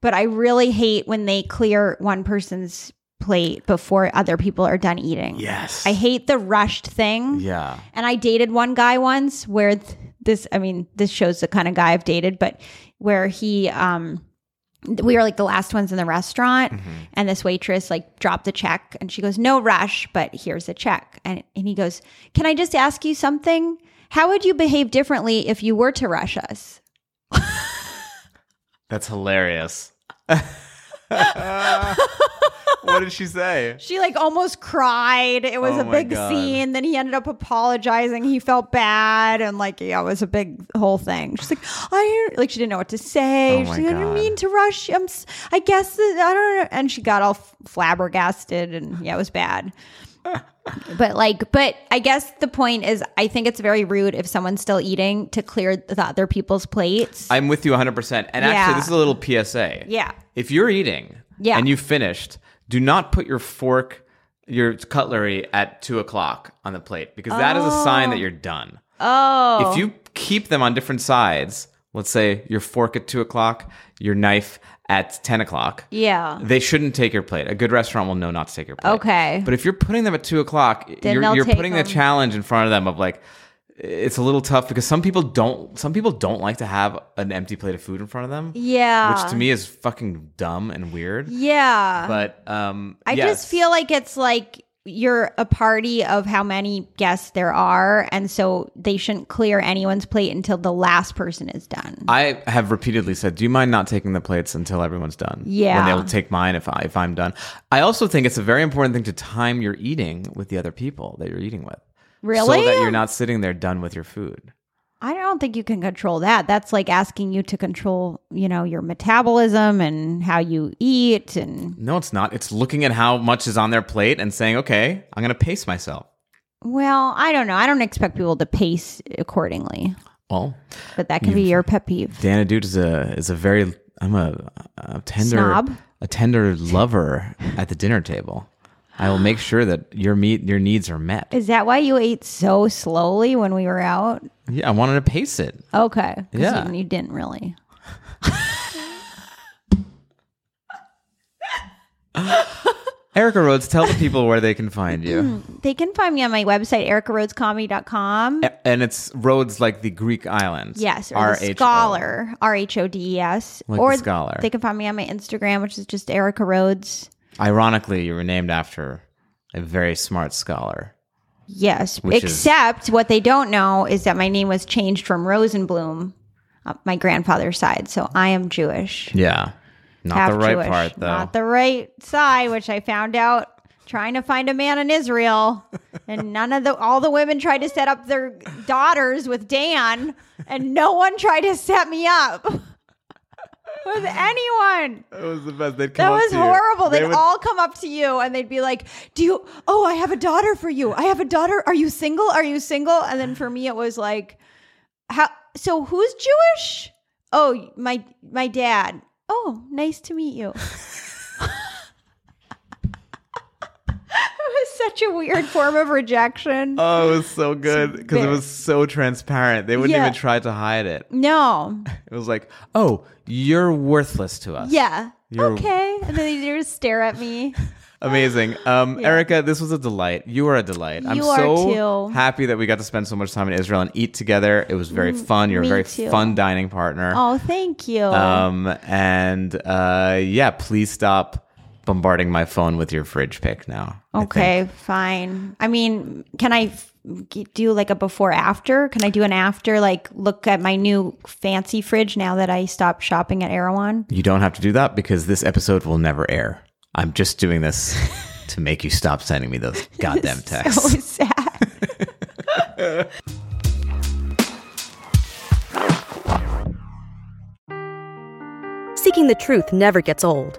Speaker 3: but I really hate when they clear one person's plate before other people are done eating.
Speaker 2: Yes.
Speaker 3: I hate the rushed thing.
Speaker 2: Yeah.
Speaker 3: And I dated one guy once where th- this, I mean, this shows the kind of guy I've dated, but where he, um, th- we were like the last ones in the restaurant and this waitress like dropped the check and she goes, no rush, but here's the check. And, and he goes, can I just ask you something? How would you behave differently if you were to rush us?
Speaker 2: That's hilarious. (laughs) what did she say?
Speaker 3: She like almost cried. It was
Speaker 2: Oh
Speaker 3: a
Speaker 2: my
Speaker 3: big
Speaker 2: God.
Speaker 3: scene. Then he ended up apologizing. He felt bad and like yeah, it was a big whole thing. She's like, I like she didn't know what to say.
Speaker 2: Oh
Speaker 3: She's
Speaker 2: my
Speaker 3: like, I didn't
Speaker 2: God.
Speaker 3: mean to rush. I'm s- I guess that, I don't know. And she got all flabbergasted and yeah, it
Speaker 2: (laughs)
Speaker 3: was bad. but like, but I guess the point is, I think it's very rude if someone's still eating to clear the other people's plates.
Speaker 2: I'm with you 100%. And actually,
Speaker 3: Yeah.
Speaker 2: this is a little PSA.
Speaker 3: yeah,
Speaker 2: If you're eating
Speaker 3: Yeah.
Speaker 2: and you finished, do not put your fork, your cutlery at two o'clock on the plate because that is a sign that you're done. Oh. If you keep them on different sides, let's say your fork at two o'clock, your knife at 10 o'clock.
Speaker 3: yeah.
Speaker 2: They shouldn't take your plate. A good restaurant will know not to take your plate.
Speaker 3: Okay.
Speaker 2: But if you're putting them at two o'clock,
Speaker 3: Then
Speaker 2: you're,
Speaker 3: they'll
Speaker 2: you're
Speaker 3: take
Speaker 2: putting the
Speaker 3: them.
Speaker 2: challenge in front of them of like, it's a little tough because some people don't. Some people don't like to have an empty plate of food in front of them.
Speaker 3: Yeah.
Speaker 2: Which to me is fucking dumb and weird.
Speaker 3: yeah.
Speaker 2: But um,
Speaker 3: I just feel like it's like you're a party of how many guests there are, and so they shouldn't clear anyone's plate until the last person is done.
Speaker 2: I have repeatedly said, "Do you mind not taking the plates until everyone's done?"
Speaker 3: Yeah.
Speaker 2: when they'll take mine if I if I'm done. I also think it's a very important thing to time your eating with the other people that you're eating with, so
Speaker 3: Really?
Speaker 2: that you're not sitting there done with your food.
Speaker 3: I don't think you can control that. That's like asking you to control, you know, your metabolism and how you eat and
Speaker 2: No, it's not. It's looking at how much is on their plate and saying, okay, I'm going to pace myself.
Speaker 3: well, I don't know. I don't expect people to pace accordingly.
Speaker 2: Well,
Speaker 3: But that can be your pet peeve.
Speaker 2: Dana Dude is a is a very I'm a, a tender
Speaker 3: Snob?
Speaker 2: a tender lover at the dinner table. I will make sure that your meet your needs are met.
Speaker 3: Is that why you ate so slowly when we were out?
Speaker 2: Yeah, I wanted to pace it.
Speaker 3: Okay. 'Cause
Speaker 2: Yeah.
Speaker 3: You, you didn't really.
Speaker 2: Erica Rhodes, tell the people where they can find you.
Speaker 3: They can find me on my website, ericarhodescomedy.com.
Speaker 2: A- and it's Rhodes like the Greek island.
Speaker 3: Yes, or
Speaker 2: R-H-O.
Speaker 3: the scholar, R H O D E S,
Speaker 2: Like
Speaker 3: or
Speaker 2: the scholar.
Speaker 3: They can find me on my Instagram, which is just Erica Rhodes.
Speaker 2: Ironically, you were named after a very smart scholar.
Speaker 3: Yes,
Speaker 2: Which is-
Speaker 3: except what they don't know is that my name was changed from Rosenblum, uh, my grandfather's side. So I am Jewish,
Speaker 2: Yeah. Not
Speaker 3: half
Speaker 2: the right
Speaker 3: Jewish,
Speaker 2: part though.
Speaker 3: not the right side, which I found out trying to find a man
Speaker 2: (laughs)
Speaker 3: in Israel, and none of the all the women tried to set up their daughters with Dan, and no one tried to set me up (laughs) with anyone.
Speaker 2: that was the best. They'd
Speaker 3: That
Speaker 2: come up
Speaker 3: was
Speaker 2: to you.
Speaker 3: horrible. They'd
Speaker 2: They would-
Speaker 3: all come up to you and they'd be like, Do you, oh, I have a daughter for you. I have a daughter. Are you single? Are you single? And then for me, it was like, How, so who's Jewish? Oh, my, my dad. Oh, nice to meet you. (laughs) it was such a weird form of rejection.
Speaker 2: (laughs) Oh, it was so good because it was so transparent. They wouldn't
Speaker 3: Yeah.
Speaker 2: even try to hide it.
Speaker 3: no.
Speaker 2: It was like, oh, you're worthless to us.
Speaker 3: Yeah.
Speaker 2: You're-
Speaker 3: okay. And then they just stare at me.
Speaker 2: Amazing. Um, Erica, this was a delight. You are a delight. I'm
Speaker 3: You are
Speaker 2: so
Speaker 3: too.
Speaker 2: happy that we got to spend so much time in Israel and eat together. It was very fun. You're a
Speaker 3: Mm, me
Speaker 2: very
Speaker 3: too.
Speaker 2: fun dining partner.
Speaker 3: Oh, thank you.
Speaker 2: Um, and uh, yeah, please stop bombarding my phone with your fridge pic now. I think.
Speaker 3: Okay, fine. I mean, can I f- g- do like a before after? Can I do an after? Like, look at my new fancy fridge now that I stopped shopping at Erewhon. (laughs)
Speaker 2: You don't have to do that because this episode will never air. I'm just doing this to make you stop sending me those goddamn texts.
Speaker 3: So sad.
Speaker 5: Seeking the truth never gets old.